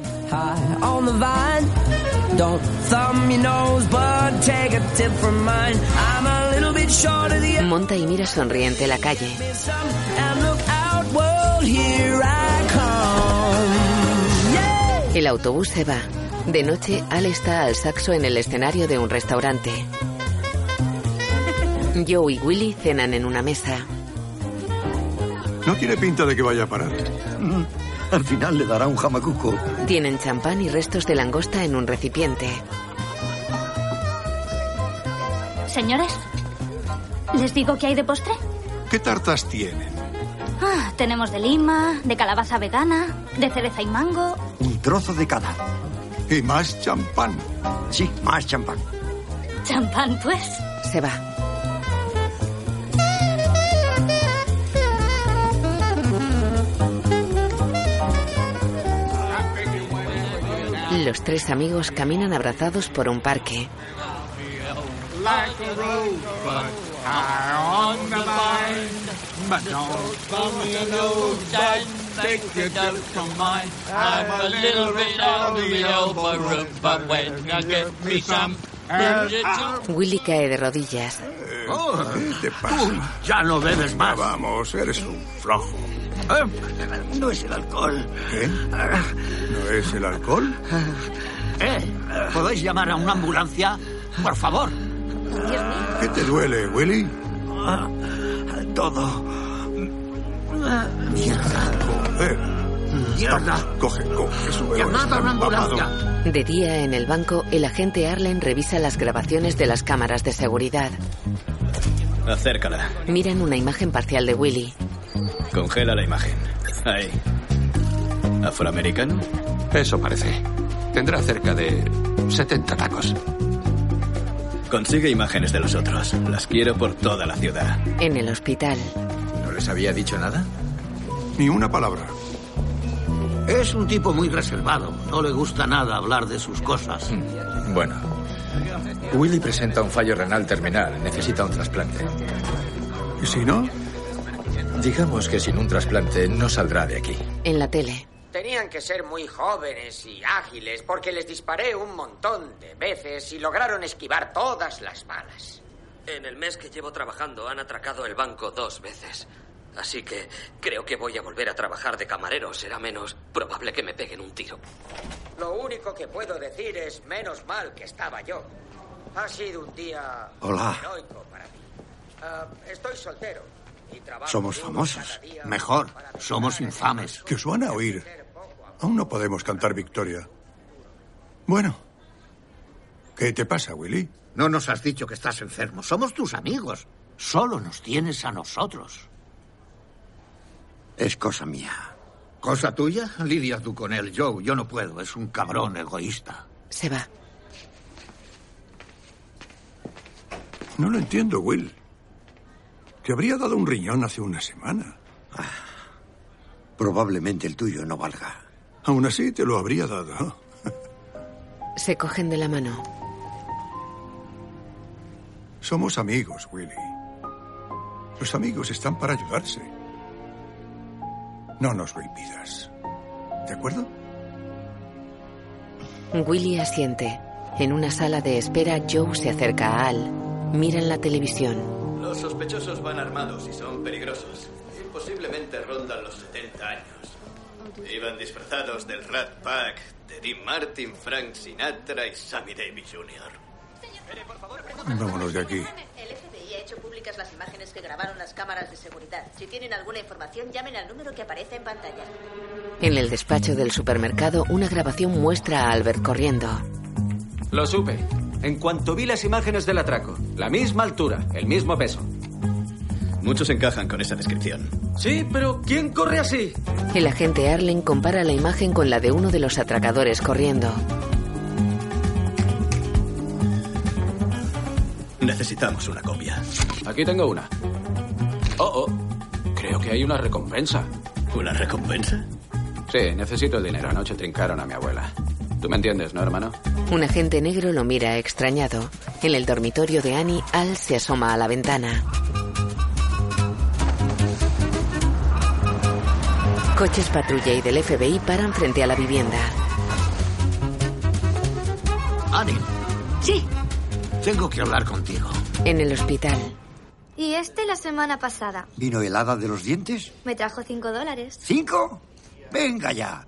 Speaker 28: on the vine. Don't thumb your nose, but take a tip from mine. I'm a little bit short of the
Speaker 2: Monta y mira sonriente la calle.
Speaker 28: and look out, world, here I come. Yeah.
Speaker 2: El autobús se va. De noche, Al está al saxo en el escenario de un restaurante. Joe y Willy cenan en una mesa.
Speaker 4: No tiene pinta de que vaya a parar.
Speaker 27: Al final le dará un jamacuco.
Speaker 2: Tienen champán y restos de langosta en un recipiente.
Speaker 8: Señores, ¿les digo qué hay de postre?
Speaker 4: ¿Qué tartas tienen?
Speaker 8: Ah, tenemos de lima, de calabaza vegana, de cereza y mango.
Speaker 27: Un trozo de cada.
Speaker 4: Y más champán.
Speaker 27: Sí, más champán.
Speaker 8: Champán, pues.
Speaker 2: Se va. Los tres amigos caminan abrazados por un parque.
Speaker 17: Like a road, but high on the line. But don't bum your nose, but take your dip from mine. I'm a little bit on the elbow room, but when I get me some, and
Speaker 29: Ah.
Speaker 17: it's
Speaker 2: Willy cae de rodillas.
Speaker 4: ¿Qué te pasa?
Speaker 10: ya no bebes
Speaker 4: Ah,
Speaker 10: más.
Speaker 4: vamos, eres un flojo.
Speaker 10: Eh, No es el alcohol.
Speaker 4: ¿Qué? ¿Eh? ¿No es el alcohol?
Speaker 10: ¿Eh? ¿Podéis llamar a una ambulancia? Por favor.
Speaker 4: ¿Qué te duele, Willy?
Speaker 10: Ah, Todo.
Speaker 4: Joder.
Speaker 10: Mierda.
Speaker 4: Eh, Coge, coge, sube.
Speaker 10: Llamad a una ambulancia.
Speaker 2: De día en el banco, el agente Arlen revisa las grabaciones de las cámaras de seguridad.
Speaker 7: Acércala.
Speaker 2: Miran una imagen parcial de Willy.
Speaker 7: Congela la imagen. Ahí. ¿Afroamericano?
Speaker 30: Eso parece. Tendrá cerca de 70 tacos.
Speaker 7: Consigue imágenes de los otros. Las quiero por toda la ciudad.
Speaker 2: En el hospital,
Speaker 7: ¿No les había dicho nada?
Speaker 4: Ni una palabra.
Speaker 10: Es un tipo muy reservado. No le gusta nada hablar de sus cosas.
Speaker 4: Mm.
Speaker 15: Bueno. Willy presenta un fallo renal terminal. Necesita un trasplante.
Speaker 4: ¿Y si no?
Speaker 15: Digamos que sin un trasplante no saldrá de aquí.
Speaker 2: en la tele,
Speaker 5: Tenían que ser muy jóvenes y ágiles porque les disparé un montón de veces y lograron esquivar todas las balas.
Speaker 6: En el mes que llevo trabajando han atracado el banco dos veces. Así que creo que voy a volver a trabajar de camarero. Será menos probable que me peguen un tiro.
Speaker 5: Lo único que puedo decir es menos mal que estaba yo. Ha sido un día
Speaker 27: Hola.
Speaker 5: heroico para mí. Ah, estoy soltero y trabajo.
Speaker 4: Somos famosos. Mejor, somos infames. Que os van a oír. Aún no podemos cantar victoria. Bueno. ¿Qué te pasa, Willy?
Speaker 10: No nos has dicho que estás enfermo. Somos tus amigos. Solo nos tienes a nosotros.
Speaker 12: Es cosa mía.
Speaker 10: ¿Cosa tuya? Lidia tú con él, Joe. Yo no puedo. Es un cabrón egoísta.
Speaker 2: Se va.
Speaker 4: No lo entiendo, Will. Te habría dado un riñón hace una semana.
Speaker 12: Probablemente el tuyo no valga.
Speaker 4: Aún así te lo habría dado.
Speaker 2: Se cogen de la mano.
Speaker 4: Somos amigos, Willy. Los amigos están para ayudarse. No nos lo impidas. ¿De acuerdo?
Speaker 2: Willy asiente. En una sala de espera, Joe se acerca a Al. Miran la televisión.
Speaker 7: Los sospechosos van armados y son peligrosos. Y posiblemente rondan los 70 años. Iban disfrazados del Rat Pack, de Dean Martin, Frank Sinatra y Sammy Davis Jr.
Speaker 4: Vámonos de aquí.
Speaker 18: El FBI ha hecho públicas las imágenes que grabaron las cámaras de seguridad. Si tienen alguna información, llamen al número que aparece en pantalla.
Speaker 2: En el despacho del supermercado, una grabación muestra a Albert corriendo.
Speaker 19: Lo supe. En cuanto vi las imágenes del atraco, la misma altura, el mismo peso.
Speaker 7: Muchos encajan con esa descripción.
Speaker 19: Sí, pero ¿quién corre así?
Speaker 2: El agente Arlen compara la imagen con la de uno de los atracadores corriendo.
Speaker 7: Necesitamos una copia.
Speaker 19: Aquí tengo una. Oh, oh. Creo que hay una recompensa.
Speaker 7: ¿Una recompensa?
Speaker 19: Sí, necesito el dinero. Anoche trincaron a mi abuela. Tú me entiendes, ¿no, hermano?
Speaker 2: Un agente negro lo mira extrañado. En el dormitorio de Annie, Al se asoma a la ventana. Coches patrulla y del FBI paran frente a la vivienda.
Speaker 10: Annie,
Speaker 18: Sí.
Speaker 10: tengo que hablar contigo.
Speaker 2: En el hospital,
Speaker 18: Y este la semana pasada.
Speaker 12: ¿Vino el hada de los dientes?
Speaker 18: Me trajo cinco dólares.
Speaker 12: ¿Cinco? Venga ya.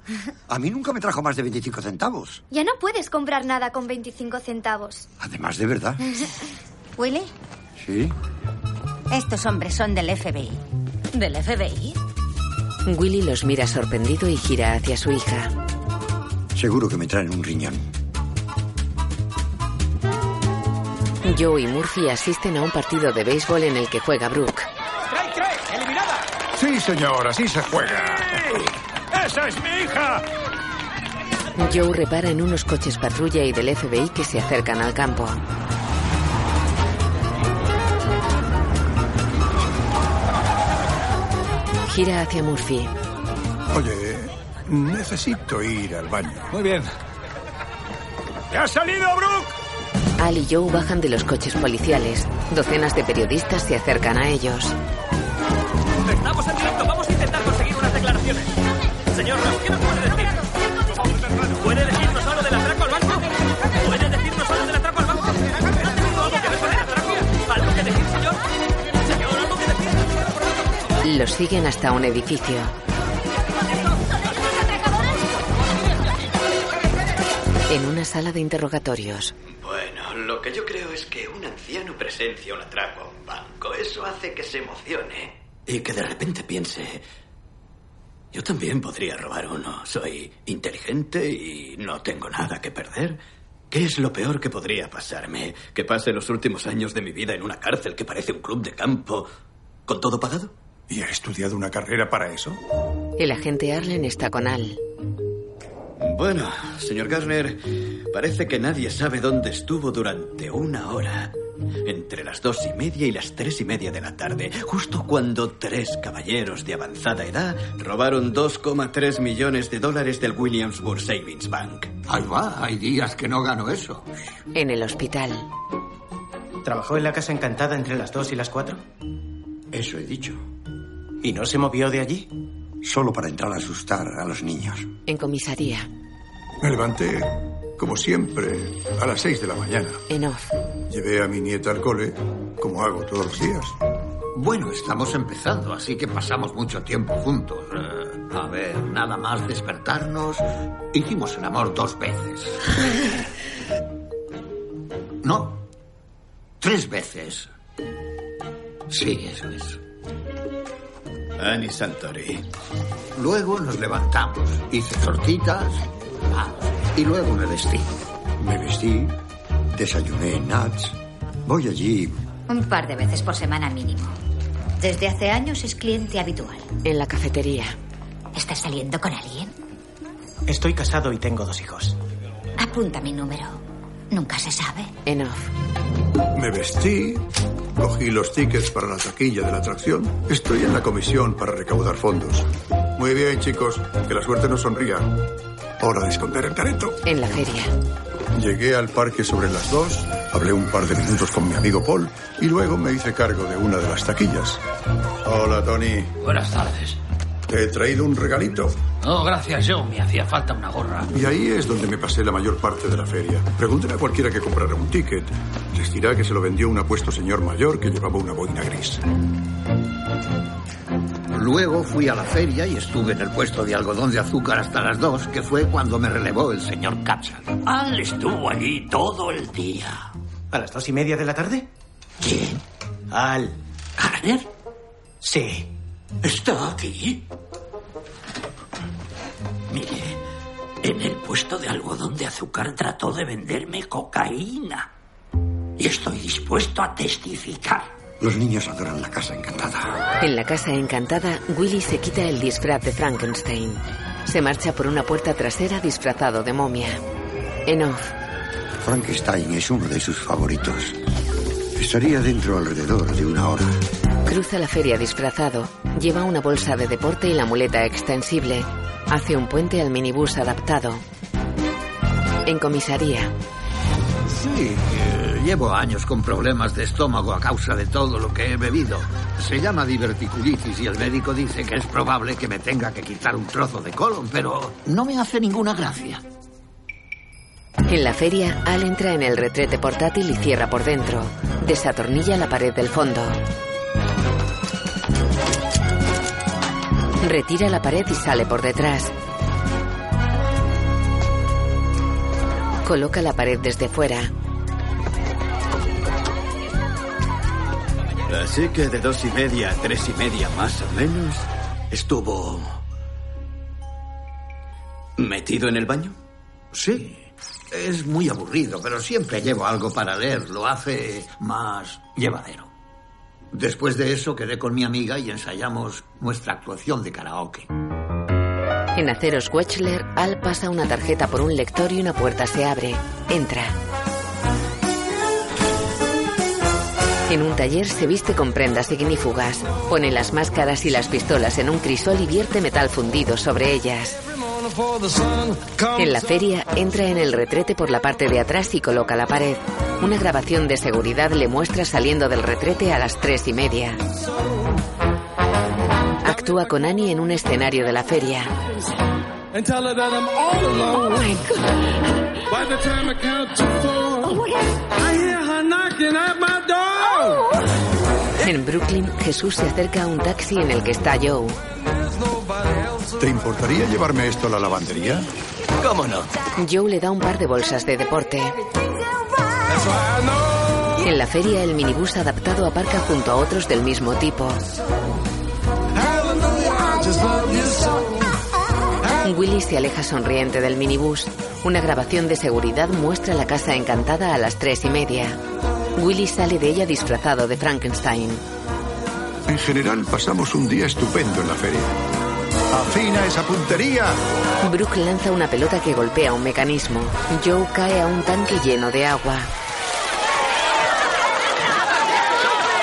Speaker 12: A mí nunca me trajo más de 25 centavos.
Speaker 18: Ya no puedes comprar nada con 25 centavos.
Speaker 12: Además, de verdad.
Speaker 21: Willy,
Speaker 12: Sí.
Speaker 21: estos hombres son del FBI. ¿Del FBI?
Speaker 2: Willy los mira sorprendido y gira hacia su hija.
Speaker 12: Seguro que me traen un riñón.
Speaker 2: Joe y Murphy asisten a un partido de béisbol en el que juega Brooke.
Speaker 29: ¡Strike tres! ¡Eliminada!
Speaker 4: Sí, señor, así se juega.
Speaker 29: ¡Esa es mi hija!
Speaker 2: Joe repara en unos coches patrulla y del FBI que se acercan al campo. Gira hacia Murphy.
Speaker 4: Oye, necesito ir al baño. Muy bien.
Speaker 29: ¡Ya ha salido, Brooke!
Speaker 2: Al y Joe bajan de los coches policiales. Docenas de periodistas se acercan a ellos.
Speaker 29: Estamos en directo, vamos a intentar conseguir unas declaraciones. Señor Ross, ¿qué nos puede decir? ¿Puede decirnos algo del atraco al banco? ¿Puede decirnos algo del atraco al banco? ¿Ha tenido algo que ver con el atraco? ¿Algo que decir, señor? Señor, algo que decir.
Speaker 2: Los siguen hasta un edificio. En una sala de interrogatorios,
Speaker 7: Bueno, lo que yo creo es que un anciano presencia un atraco a un banco. Eso hace que se emocione. Y que de repente piense... Yo también podría robar uno. Soy inteligente y no tengo nada que perder. ¿Qué es lo peor que podría pasarme? ¿Que pase los últimos años de mi vida en una cárcel que parece un club de campo? ¿Con todo pagado?
Speaker 4: ¿Y ha estudiado una carrera para eso?
Speaker 2: el agente Arlen está con Al.
Speaker 7: Bueno, señor Garner, parece que nadie sabe dónde estuvo durante una hora. Entre las dos y media y las tres y media de la tarde, justo cuando tres caballeros de avanzada edad robaron 2,3 millones de dólares del Williamsburg Savings Bank. Ahí va, hay días que no gano eso.
Speaker 2: En el hospital,
Speaker 21: ¿Trabajó en la Casa Encantada entre las 2 y las 4?
Speaker 12: Eso he dicho.
Speaker 21: ¿Y no se movió de allí?
Speaker 12: Solo para entrar a asustar a los niños.
Speaker 2: en comisaría,
Speaker 4: Me levanté, como siempre, a las seis de la mañana.
Speaker 2: en off.
Speaker 4: Llevé a mi nieta al cole, como hago todos los días.
Speaker 10: Bueno, estamos empezando, así que pasamos mucho tiempo juntos. Eh, a ver, nada más despertarnos, hicimos el amor dos veces. No, tres veces.
Speaker 7: Sí, eso es.
Speaker 10: Annie Santori. Luego nos levantamos. Hice tortitas. ah, Y luego me vestí.
Speaker 12: Me vestí, desayuné en Nats. Voy allí.
Speaker 21: Un par de veces por semana mínimo. Desde hace años es cliente habitual.
Speaker 2: En la cafetería.
Speaker 21: ¿Estás saliendo con alguien?
Speaker 24: Estoy casado y tengo dos hijos.
Speaker 21: Apunta mi número. Nunca se sabe.
Speaker 2: En off.
Speaker 4: Me vestí, cogí los tickets para la taquilla de la atracción. Estoy en la comisión para recaudar fondos. Muy bien, chicos, que la suerte nos sonría. Hora de esconder el careto.
Speaker 2: En la feria.
Speaker 4: Llegué al parque sobre las dos, hablé un par de minutos con mi amigo Paul y luego me hice cargo de una de las taquillas. Hola, Tony.
Speaker 8: Buenas tardes.
Speaker 4: Te he traído un regalito.
Speaker 8: No, gracias, yo. Me hacía falta una gorra.
Speaker 4: Y ahí es donde me pasé la mayor parte de la feria. Pregúntale a cualquiera que comprara un ticket. Les dirá que se lo vendió un apuesto señor mayor que llevaba una boina gris.
Speaker 10: Luego fui a la feria y estuve en el puesto de algodón de azúcar hasta las dos, que fue cuando me relevó el señor Capsal.
Speaker 8: Al estuvo allí todo el día.
Speaker 24: ¿A las dos y media de la tarde?
Speaker 8: ¿Quién?
Speaker 24: Al.
Speaker 8: ¿Garner?
Speaker 24: Sí.
Speaker 8: ¿Está aquí? Mire, en el puesto de algodón de azúcar trató de venderme cocaína. Y estoy dispuesto a testificar.
Speaker 12: Los niños adoran la casa encantada.
Speaker 2: En la casa encantada, Willy se quita el disfraz de Frankenstein. Se marcha por una puerta trasera disfrazado de momia. En off.
Speaker 12: Frankenstein es uno de sus favoritos. Estaría dentro alrededor de una hora.
Speaker 2: Cruza la feria disfrazado, lleva una bolsa de deporte y la muleta extensible. Hace un puente al minibús adaptado. En comisaría,
Speaker 10: Sí, eh, llevo años con problemas de estómago a causa de todo lo que he bebido. Se llama diverticulitis y el médico dice que es probable que me tenga que quitar un trozo de colon, pero no me hace ninguna gracia.
Speaker 2: en la feria, Al entra en el retrete portátil y cierra por dentro. Desatornilla la pared del fondo. Retira la pared y sale por detrás. Coloca la pared desde fuera.
Speaker 7: Así que de dos y media a tres y media más o menos, estuvo... ¿Metido en el baño?
Speaker 10: Sí, es muy aburrido, pero siempre llevo algo para leer. Lo hace más llevadero. Después de eso quedé con mi amiga y ensayamos nuestra actuación de karaoke.
Speaker 2: En aceros Wechler, Al pasa una tarjeta por un lector y una puerta se abre. Entra. En un taller se viste con prendas ignífugas. Pone las máscaras y las pistolas en un crisol y vierte metal fundido sobre ellas. En la feria entra en el retrete por la parte de atrás y coloca la pared. Una grabación de seguridad le muestra saliendo del retrete a las tres y media. Actúa con Annie en un escenario de la feria.
Speaker 20: And tell her that I'm all alone. Oh my god. By the time I count to
Speaker 2: Oh
Speaker 20: four, I hear her knocking at my door.
Speaker 2: Oh. En Brooklyn, Jesús se acerca a un taxi en el que está Joe.
Speaker 4: ¿Te importaría llevarme esto a la lavandería?
Speaker 2: ¿Cómo no? Joe le da un par de bolsas de deporte. En la feria, el minibús adaptado aparca junto a otros del mismo tipo.
Speaker 20: I just love you so.
Speaker 2: Willy se aleja sonriente del minibús. Una grabación de seguridad muestra la casa encantada a las tres y media. Willy sale de ella disfrazado de Frankenstein.
Speaker 4: En general, pasamos un día estupendo en la feria.
Speaker 6: Ah.
Speaker 4: ¡Afina esa puntería!
Speaker 2: Brooke lanza una pelota que golpea un mecanismo. Joe cae a un tanque lleno de agua.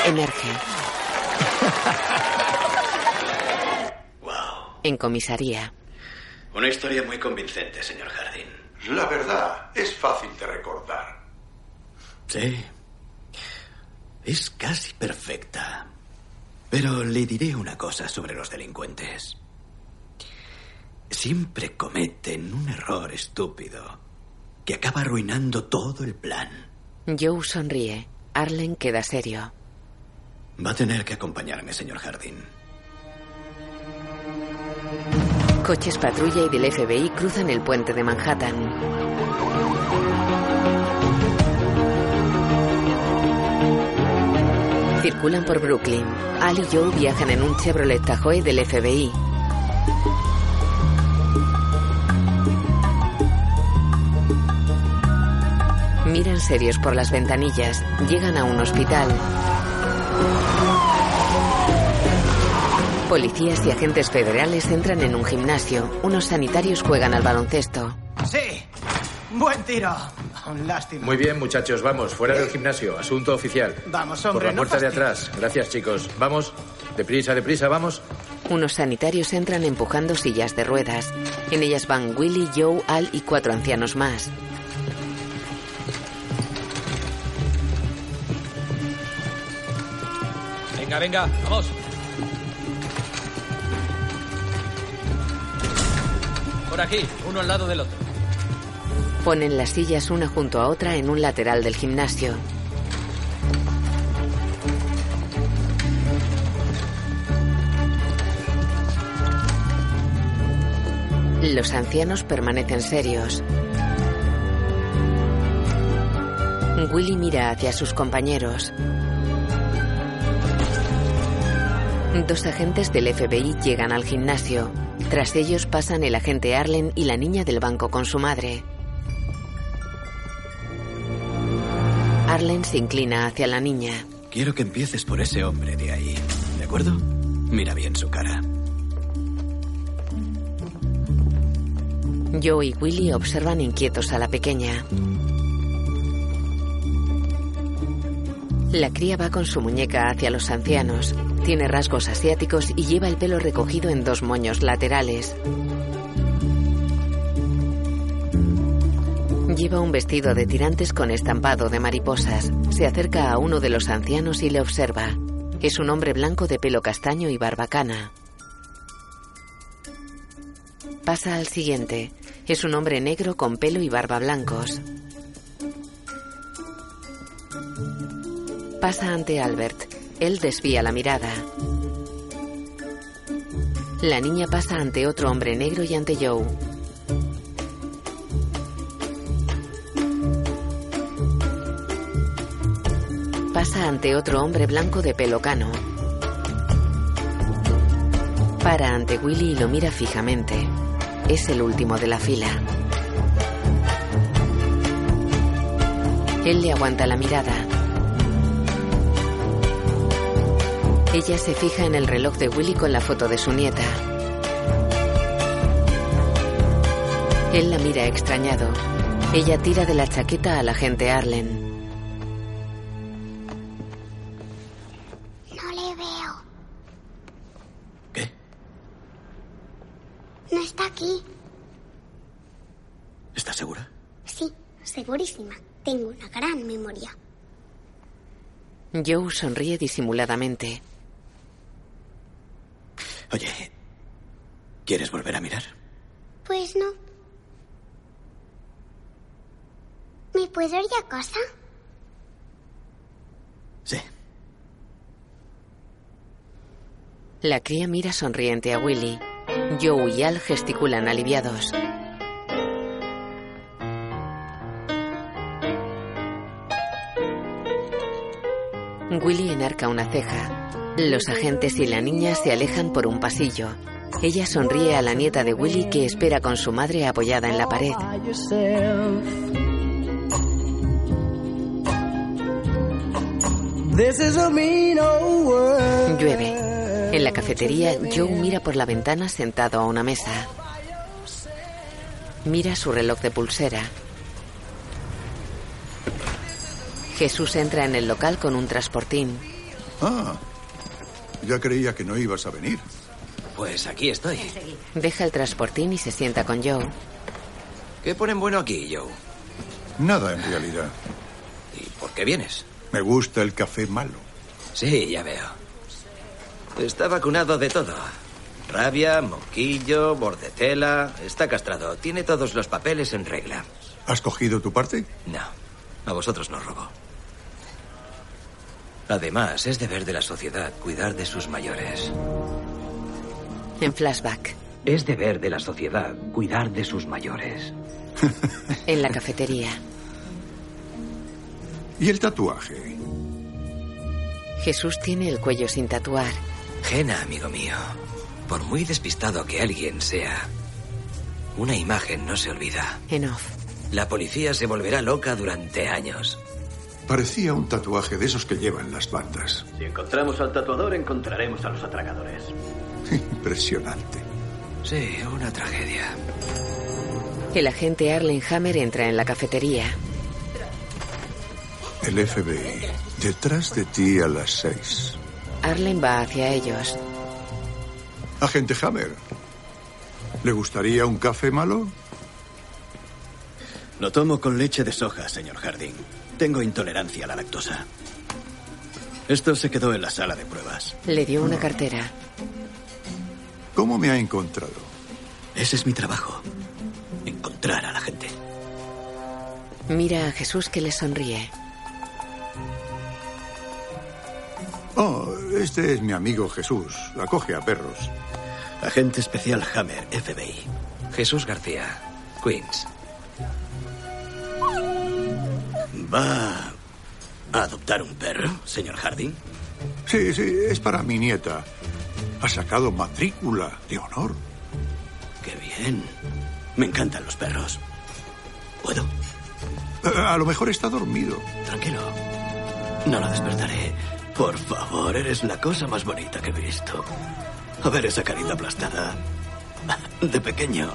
Speaker 2: Emerge. En comisaría.
Speaker 7: Una historia muy convincente, señor Jardín.
Speaker 4: La verdad, es fácil de recordar.
Speaker 7: Sí. Es casi perfecta. Pero le diré una cosa sobre los delincuentes. Siempre cometen un error estúpido que acaba arruinando todo el plan.
Speaker 2: Joe sonríe. Arlen queda serio.
Speaker 7: Va a tener que acompañarme, señor Jardín.
Speaker 2: Coches patrulla y del FBI cruzan el puente de Manhattan. circulan por Brooklyn. Al y Joe viajan en un Chevrolet Tahoe del FBI. Miran serios por las ventanillas. Llegan a un hospital. Policías y agentes federales entran en un gimnasio. Unos sanitarios juegan al baloncesto.
Speaker 24: Sí. Buen tiro. Lástima.
Speaker 15: Muy bien, muchachos, vamos, fuera del gimnasio, asunto oficial.
Speaker 24: Vamos,
Speaker 15: Por
Speaker 24: hombre.
Speaker 15: la
Speaker 24: no
Speaker 15: puerta de
Speaker 24: fastidies.
Speaker 15: atrás. Gracias, chicos. Vamos, deprisa, deprisa, vamos.
Speaker 2: Unos sanitarios entran empujando sillas de ruedas. En ellas van Willy, Joe, Al y cuatro ancianos más.
Speaker 9: Venga, venga, vamos. Por aquí, uno al lado del otro.
Speaker 2: Ponen las sillas una junto a otra en un lateral del gimnasio. Los ancianos permanecen serios. Willy mira hacia sus compañeros. Dos agentes del FBI llegan al gimnasio. Tras ellos pasan el agente Arlen y la niña del banco con su madre. Arlen se inclina hacia la niña.
Speaker 7: Quiero que empieces por ese hombre de ahí, ¿de acuerdo? Mira bien su cara.
Speaker 2: Joe y Willy observan inquietos a la pequeña. La cría va con su muñeca hacia los ancianos. Tiene rasgos asiáticos y lleva el pelo recogido en dos moños laterales. Lleva un vestido de tirantes con estampado de mariposas. Se acerca a uno de los ancianos y le observa. Es un hombre blanco de pelo castaño y barbacana. Pasa al siguiente. Es un hombre negro con pelo y barba blancos. Pasa ante Albert. Él desvía la mirada. La niña pasa ante otro hombre negro y ante Joe. Pasa ante otro hombre blanco de pelo cano. Para ante Willy y lo mira fijamente. Es el último de la fila. Él le aguanta la mirada. Ella se fija en el reloj de Willy con la foto de su nieta. Él la mira extrañado. Ella tira de la chaqueta al agente Arlen.
Speaker 17: No le veo. ¿Qué? No está aquí.
Speaker 7: ¿Estás segura?
Speaker 17: Sí, segurísima. Tengo una gran memoria.
Speaker 2: Joe sonríe disimuladamente.
Speaker 7: Oye, ¿quieres volver a mirar?
Speaker 17: Pues no. ¿Me puedo ir a casa?
Speaker 2: La cría mira sonriente a Willy. Joe y Al gesticulan aliviados. Willy enarca una ceja. Los agentes y la niña se alejan por un pasillo. Ella sonríe a la nieta de Willy que espera con su madre apoyada en la pared.
Speaker 14: This is a mean old world.
Speaker 2: Llueve. En la cafetería, Joe mira por la ventana sentado a una mesa. Mira su reloj de pulsera. Jesús entra en el local con un transportín.
Speaker 4: Ah, ya creía que no ibas a venir.
Speaker 6: Pues aquí estoy.
Speaker 2: Deja el transportín y se sienta con Joe.
Speaker 6: ¿Qué ponen bueno aquí, Joe?
Speaker 4: Nada en realidad.
Speaker 6: ¿Y por qué vienes?
Speaker 4: Me gusta el café malo.
Speaker 6: Sí, ya veo. Está vacunado de todo. Rabia, moquillo, bordetela. Está castrado. Tiene todos los papeles en regla.
Speaker 4: ¿Has cogido tu parte?
Speaker 6: No, a vosotros no robo. Además, es deber de la sociedad cuidar de sus mayores.
Speaker 2: En flashback,
Speaker 6: Es deber de la sociedad cuidar de sus mayores.
Speaker 2: en la cafetería.
Speaker 4: ¿Y el tatuaje?
Speaker 2: Jesús tiene el cuello sin tatuar.
Speaker 6: Jena, amigo mío. Por muy despistado que alguien sea, una imagen no se olvida.
Speaker 2: En off.
Speaker 6: La policía se volverá loca durante años.
Speaker 4: Parecía un tatuaje de esos que llevan las bandas.
Speaker 7: Si encontramos al tatuador, encontraremos a los atracadores.
Speaker 4: Impresionante.
Speaker 6: Sí, una tragedia.
Speaker 2: El agente Arlen Hammer entra en la cafetería.
Speaker 4: El FBI, detrás de ti a las seis.
Speaker 2: Arlen va hacia ellos.
Speaker 4: Agente Hammer, ¿le gustaría un café malo?
Speaker 7: Lo tomo con leche de soja, señor Harding. Tengo intolerancia a la lactosa. Esto se quedó en la sala de pruebas.
Speaker 2: Le dio una cartera.
Speaker 4: ¿Cómo me ha encontrado?
Speaker 7: Ese es mi trabajo. Encontrar a la gente.
Speaker 2: Mira a Jesús que le sonríe.
Speaker 4: Oh, este es mi amigo Jesús. Acoge a perros.
Speaker 7: Agente especial Hammer, FBI.
Speaker 6: Jesús García, Queens.
Speaker 7: ¿Va a adoptar un perro, señor Harding?
Speaker 4: Sí, sí, es para mi nieta. Ha sacado matrícula de honor.
Speaker 7: Qué bien. Me encantan los perros. ¿Puedo?
Speaker 4: Eh, A, a lo mejor está dormido.
Speaker 7: Tranquilo. No lo despertaré. Por favor, eres la cosa más bonita que he visto. A ver esa carita aplastada. De pequeño.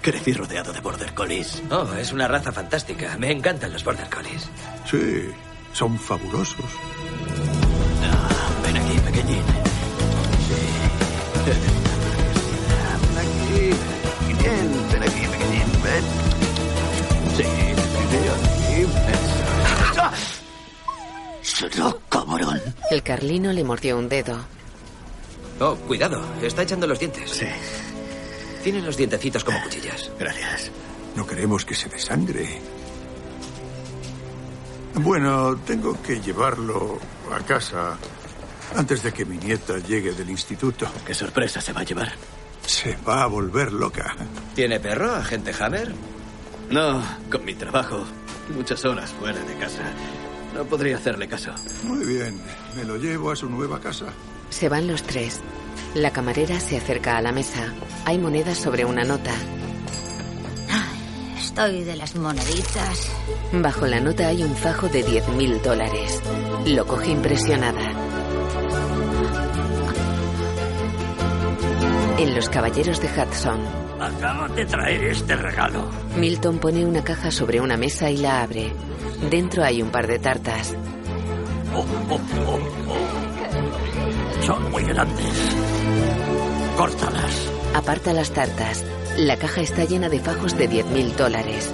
Speaker 7: Crecí rodeado de border collies.
Speaker 6: Oh, es una raza fantástica. Me encantan los border collies.
Speaker 4: Sí, son fabulosos.
Speaker 7: Ven aquí, pequeñín. Ven aquí. Bien, ven aquí, pequeñín. Ven. Sí, sí, sí. Eso. ¡Ah! cabrón!
Speaker 2: El carlino le mordió un dedo.
Speaker 6: Oh, cuidado. Está echando los dientes.
Speaker 7: Sí.
Speaker 6: Tienes los dientecitos como cuchillas.
Speaker 7: Gracias.
Speaker 4: No queremos que se desangre. Bueno, tengo que llevarlo a casa antes de que mi nieta llegue del instituto.
Speaker 7: ¿Qué sorpresa se va a llevar?
Speaker 4: Se va a volver loca.
Speaker 6: ¿Tiene perro, agente Hammer?
Speaker 7: No, con mi trabajo. Muchas horas fuera de casa. No podría hacerle caso.
Speaker 4: Muy bien, me lo llevo a su nueva casa.
Speaker 2: Se van los tres. La camarera se acerca a la mesa. Hay monedas sobre una nota.
Speaker 21: Estoy de las moneditas.
Speaker 2: Bajo la nota hay un fajo de 10 mil dólares. Lo coge impresionada. En los caballeros de Hudson,
Speaker 8: Acabo de traer este regalo.
Speaker 2: Milton pone una caja sobre una mesa y la abre. Dentro hay un par de tartas.
Speaker 8: Oh, oh, oh, oh. Son muy grandes. Córtalas.
Speaker 2: Aparta las tartas. La caja está llena de fajos de 10 mil dólares.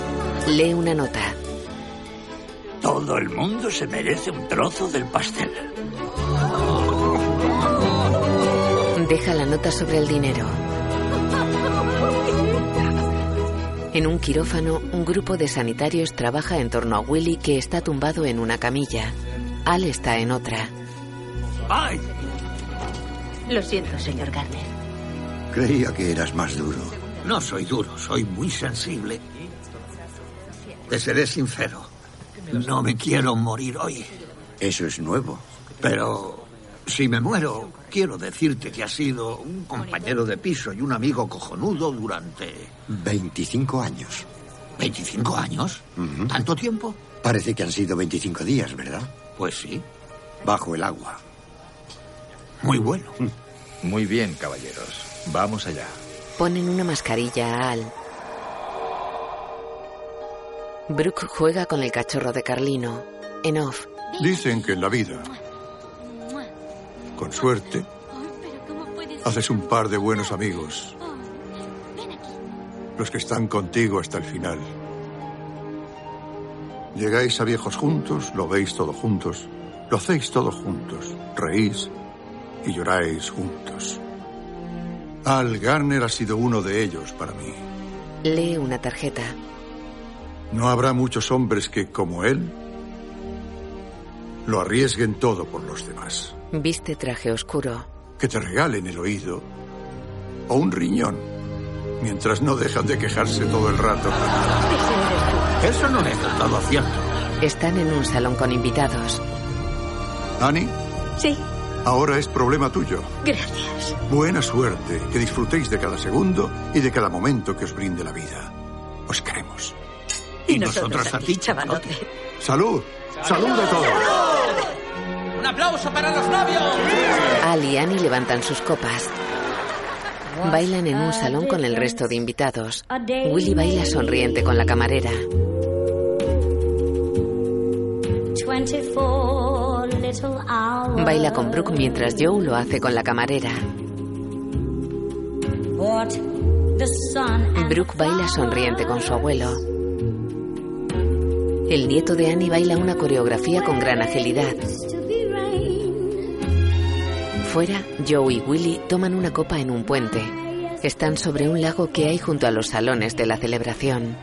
Speaker 2: Lee una nota.
Speaker 8: Todo el mundo se merece un trozo del pastel.
Speaker 2: Deja la nota sobre el dinero. En un quirófano, un grupo de sanitarios trabaja en torno a Willy que está tumbado en una camilla. Al está en otra.
Speaker 8: ¡Ay!
Speaker 18: Lo siento, señor Garner.
Speaker 12: Creía que eras más duro.
Speaker 8: No soy duro, soy muy sensible. Te seré sincero. No me quiero morir hoy.
Speaker 12: Eso es nuevo.
Speaker 8: Pero si me muero, quiero decirte que has sido un compañero de piso y un amigo cojonudo durante
Speaker 12: 25 años.
Speaker 8: ¿25 años?
Speaker 12: Ujú.
Speaker 8: ¿Tanto tiempo?
Speaker 12: Parece que han sido 25 días, ¿verdad?
Speaker 8: Pues sí.
Speaker 12: Bajo el agua.
Speaker 8: Muy bueno.
Speaker 15: Muy bien, caballeros. Vamos allá.
Speaker 2: Ponen una mascarilla a Al. Brooke juega con el cachorro de Carlino. En off,
Speaker 4: Dicen que en la vida, con suerte, haces un par de buenos amigos. Los que están contigo hasta el final. Llegáis a viejos juntos, lo veis todo juntos, lo hacéis todo juntos, reís y lloráis juntos. Al Garner ha sido uno de ellos para mí.
Speaker 2: lee una tarjeta.
Speaker 4: No habrá muchos hombres que, como él, lo arriesguen todo por los demás.
Speaker 2: Viste traje oscuro.
Speaker 4: Que te regalen el oído o un riñón, mientras no dejan de quejarse todo el rato.
Speaker 8: Eso no es del todo cierto.
Speaker 2: Están en un salón con invitados.
Speaker 4: Annie,
Speaker 13: Sí,
Speaker 4: ahora es problema tuyo.
Speaker 13: gracias.
Speaker 4: Buena suerte, que disfrutéis de cada segundo y de cada momento que os brinde la vida. Os queremos.
Speaker 13: Y, nosotros, a ti, chavalote.
Speaker 4: Salud, salud de todos.
Speaker 17: ¡Un aplauso para los novios!
Speaker 2: Al y Annie levantan sus copas. Bailan en un salón con el resto de invitados. Willy baila sonriente con la camarera.
Speaker 8: 24 little hours.
Speaker 2: Baila con Brooke mientras Joe lo hace con la camarera.
Speaker 8: What the sun and
Speaker 2: Brooke baila sonriente con su abuelo. El nieto de Annie baila una coreografía con gran agilidad.
Speaker 8: to be rain.
Speaker 2: Fuera, Joe y Willy toman una copa en un puente. Están sobre un lago que hay junto a los salones de la celebración.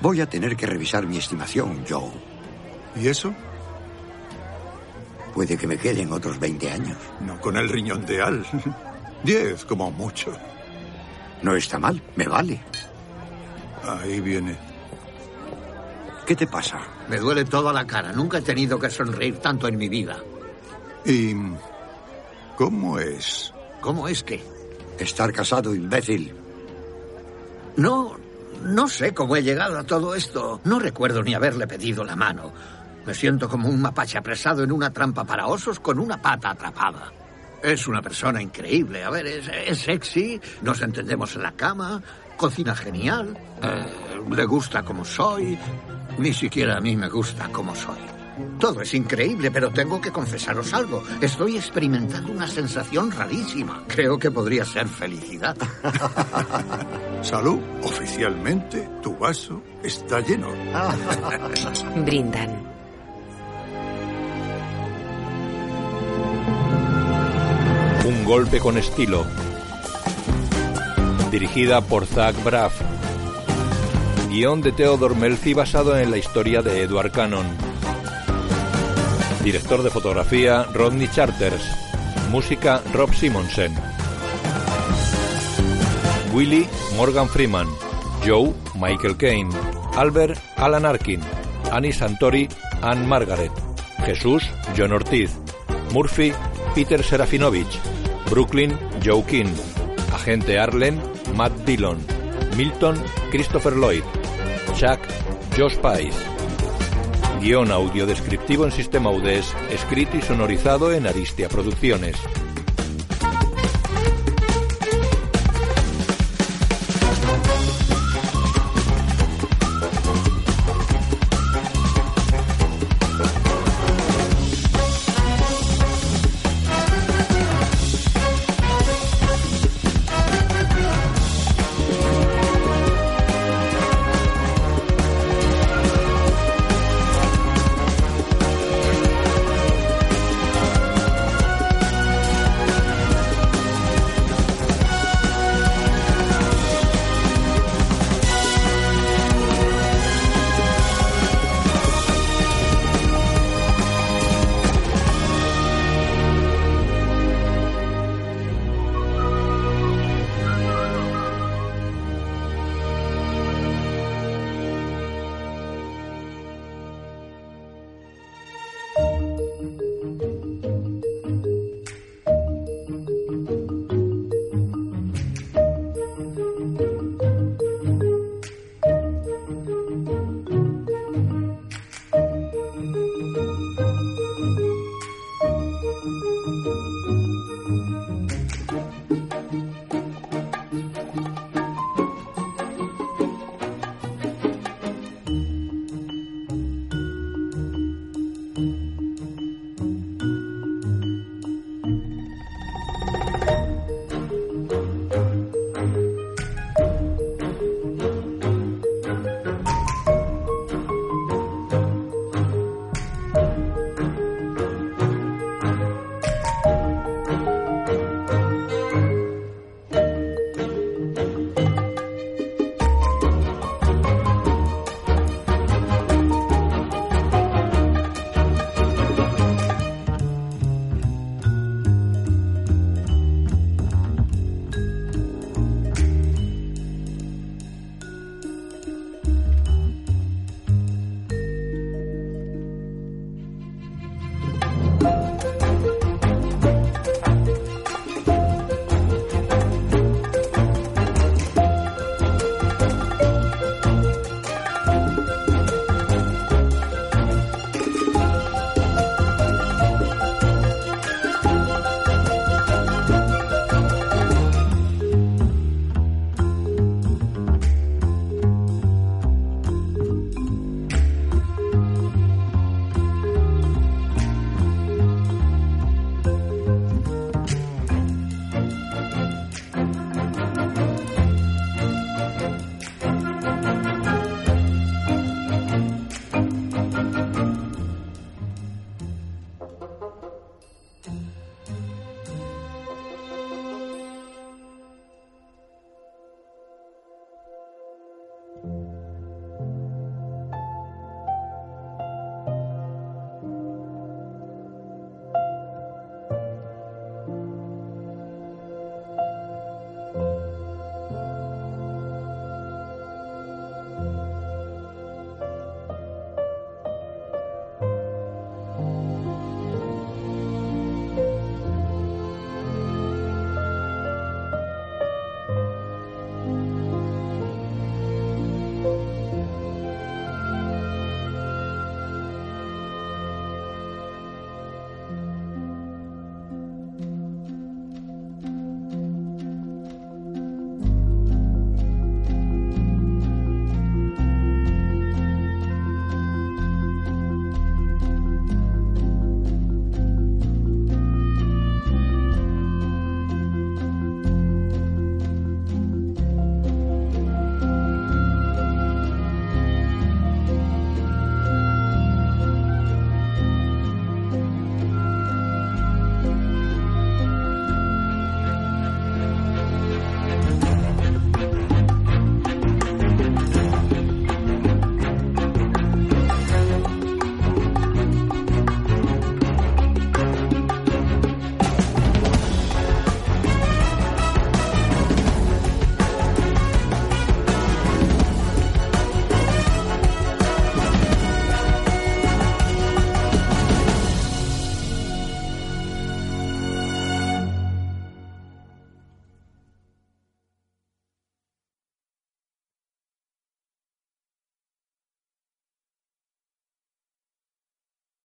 Speaker 31: Voy a tener que revisar mi estimación, Joe.
Speaker 4: ¿Y eso?
Speaker 31: Puede que me queden otros 20 años.
Speaker 4: No con el riñón de Al. Diez, como mucho.
Speaker 31: No está mal, me vale.
Speaker 4: Ahí viene.
Speaker 31: ¿Qué te pasa?
Speaker 10: Me duele toda la cara. Nunca he tenido que sonreír tanto en mi vida.
Speaker 4: ¿Y cómo es?
Speaker 10: ¿Cómo es que?
Speaker 31: Estar casado, imbécil.
Speaker 10: No, no sé cómo he llegado a todo esto. No recuerdo ni haberle pedido la mano. Me siento como un mapache apresado en una trampa para osos con una pata atrapada. Es una persona increíble. A ver, es, es sexy, nos entendemos en la cama, cocina genial, eh, le gusta como soy. Ni siquiera a mí me gusta como soy. Todo es increíble, pero tengo que confesaros algo. Estoy experimentando una sensación rarísima. Creo que podría ser felicidad.
Speaker 4: Salud, oficialmente tu vaso está lleno.
Speaker 2: Brindan.
Speaker 1: Un golpe con estilo. Dirigida por Zach Braff. Guión de Theodore Melfi basado en la historia de Edward Cannon. Director de fotografía Rodney Charters. Música Rob Simonsen. Willy Morgan Freeman. Joe Michael Caine. Albert Alan Arkin. Annie Santori Anne Margaret. Jesús John Ortiz. Murphy Peter Serafinovich. Brooklyn Joe King. Agente Arlen Matt Dillon. Milton Christopher Lloyd. Chuck Josh Pice. E Guión audio descriptivo en sistema UDES, escrito y sonorizado en Aristia Producciones.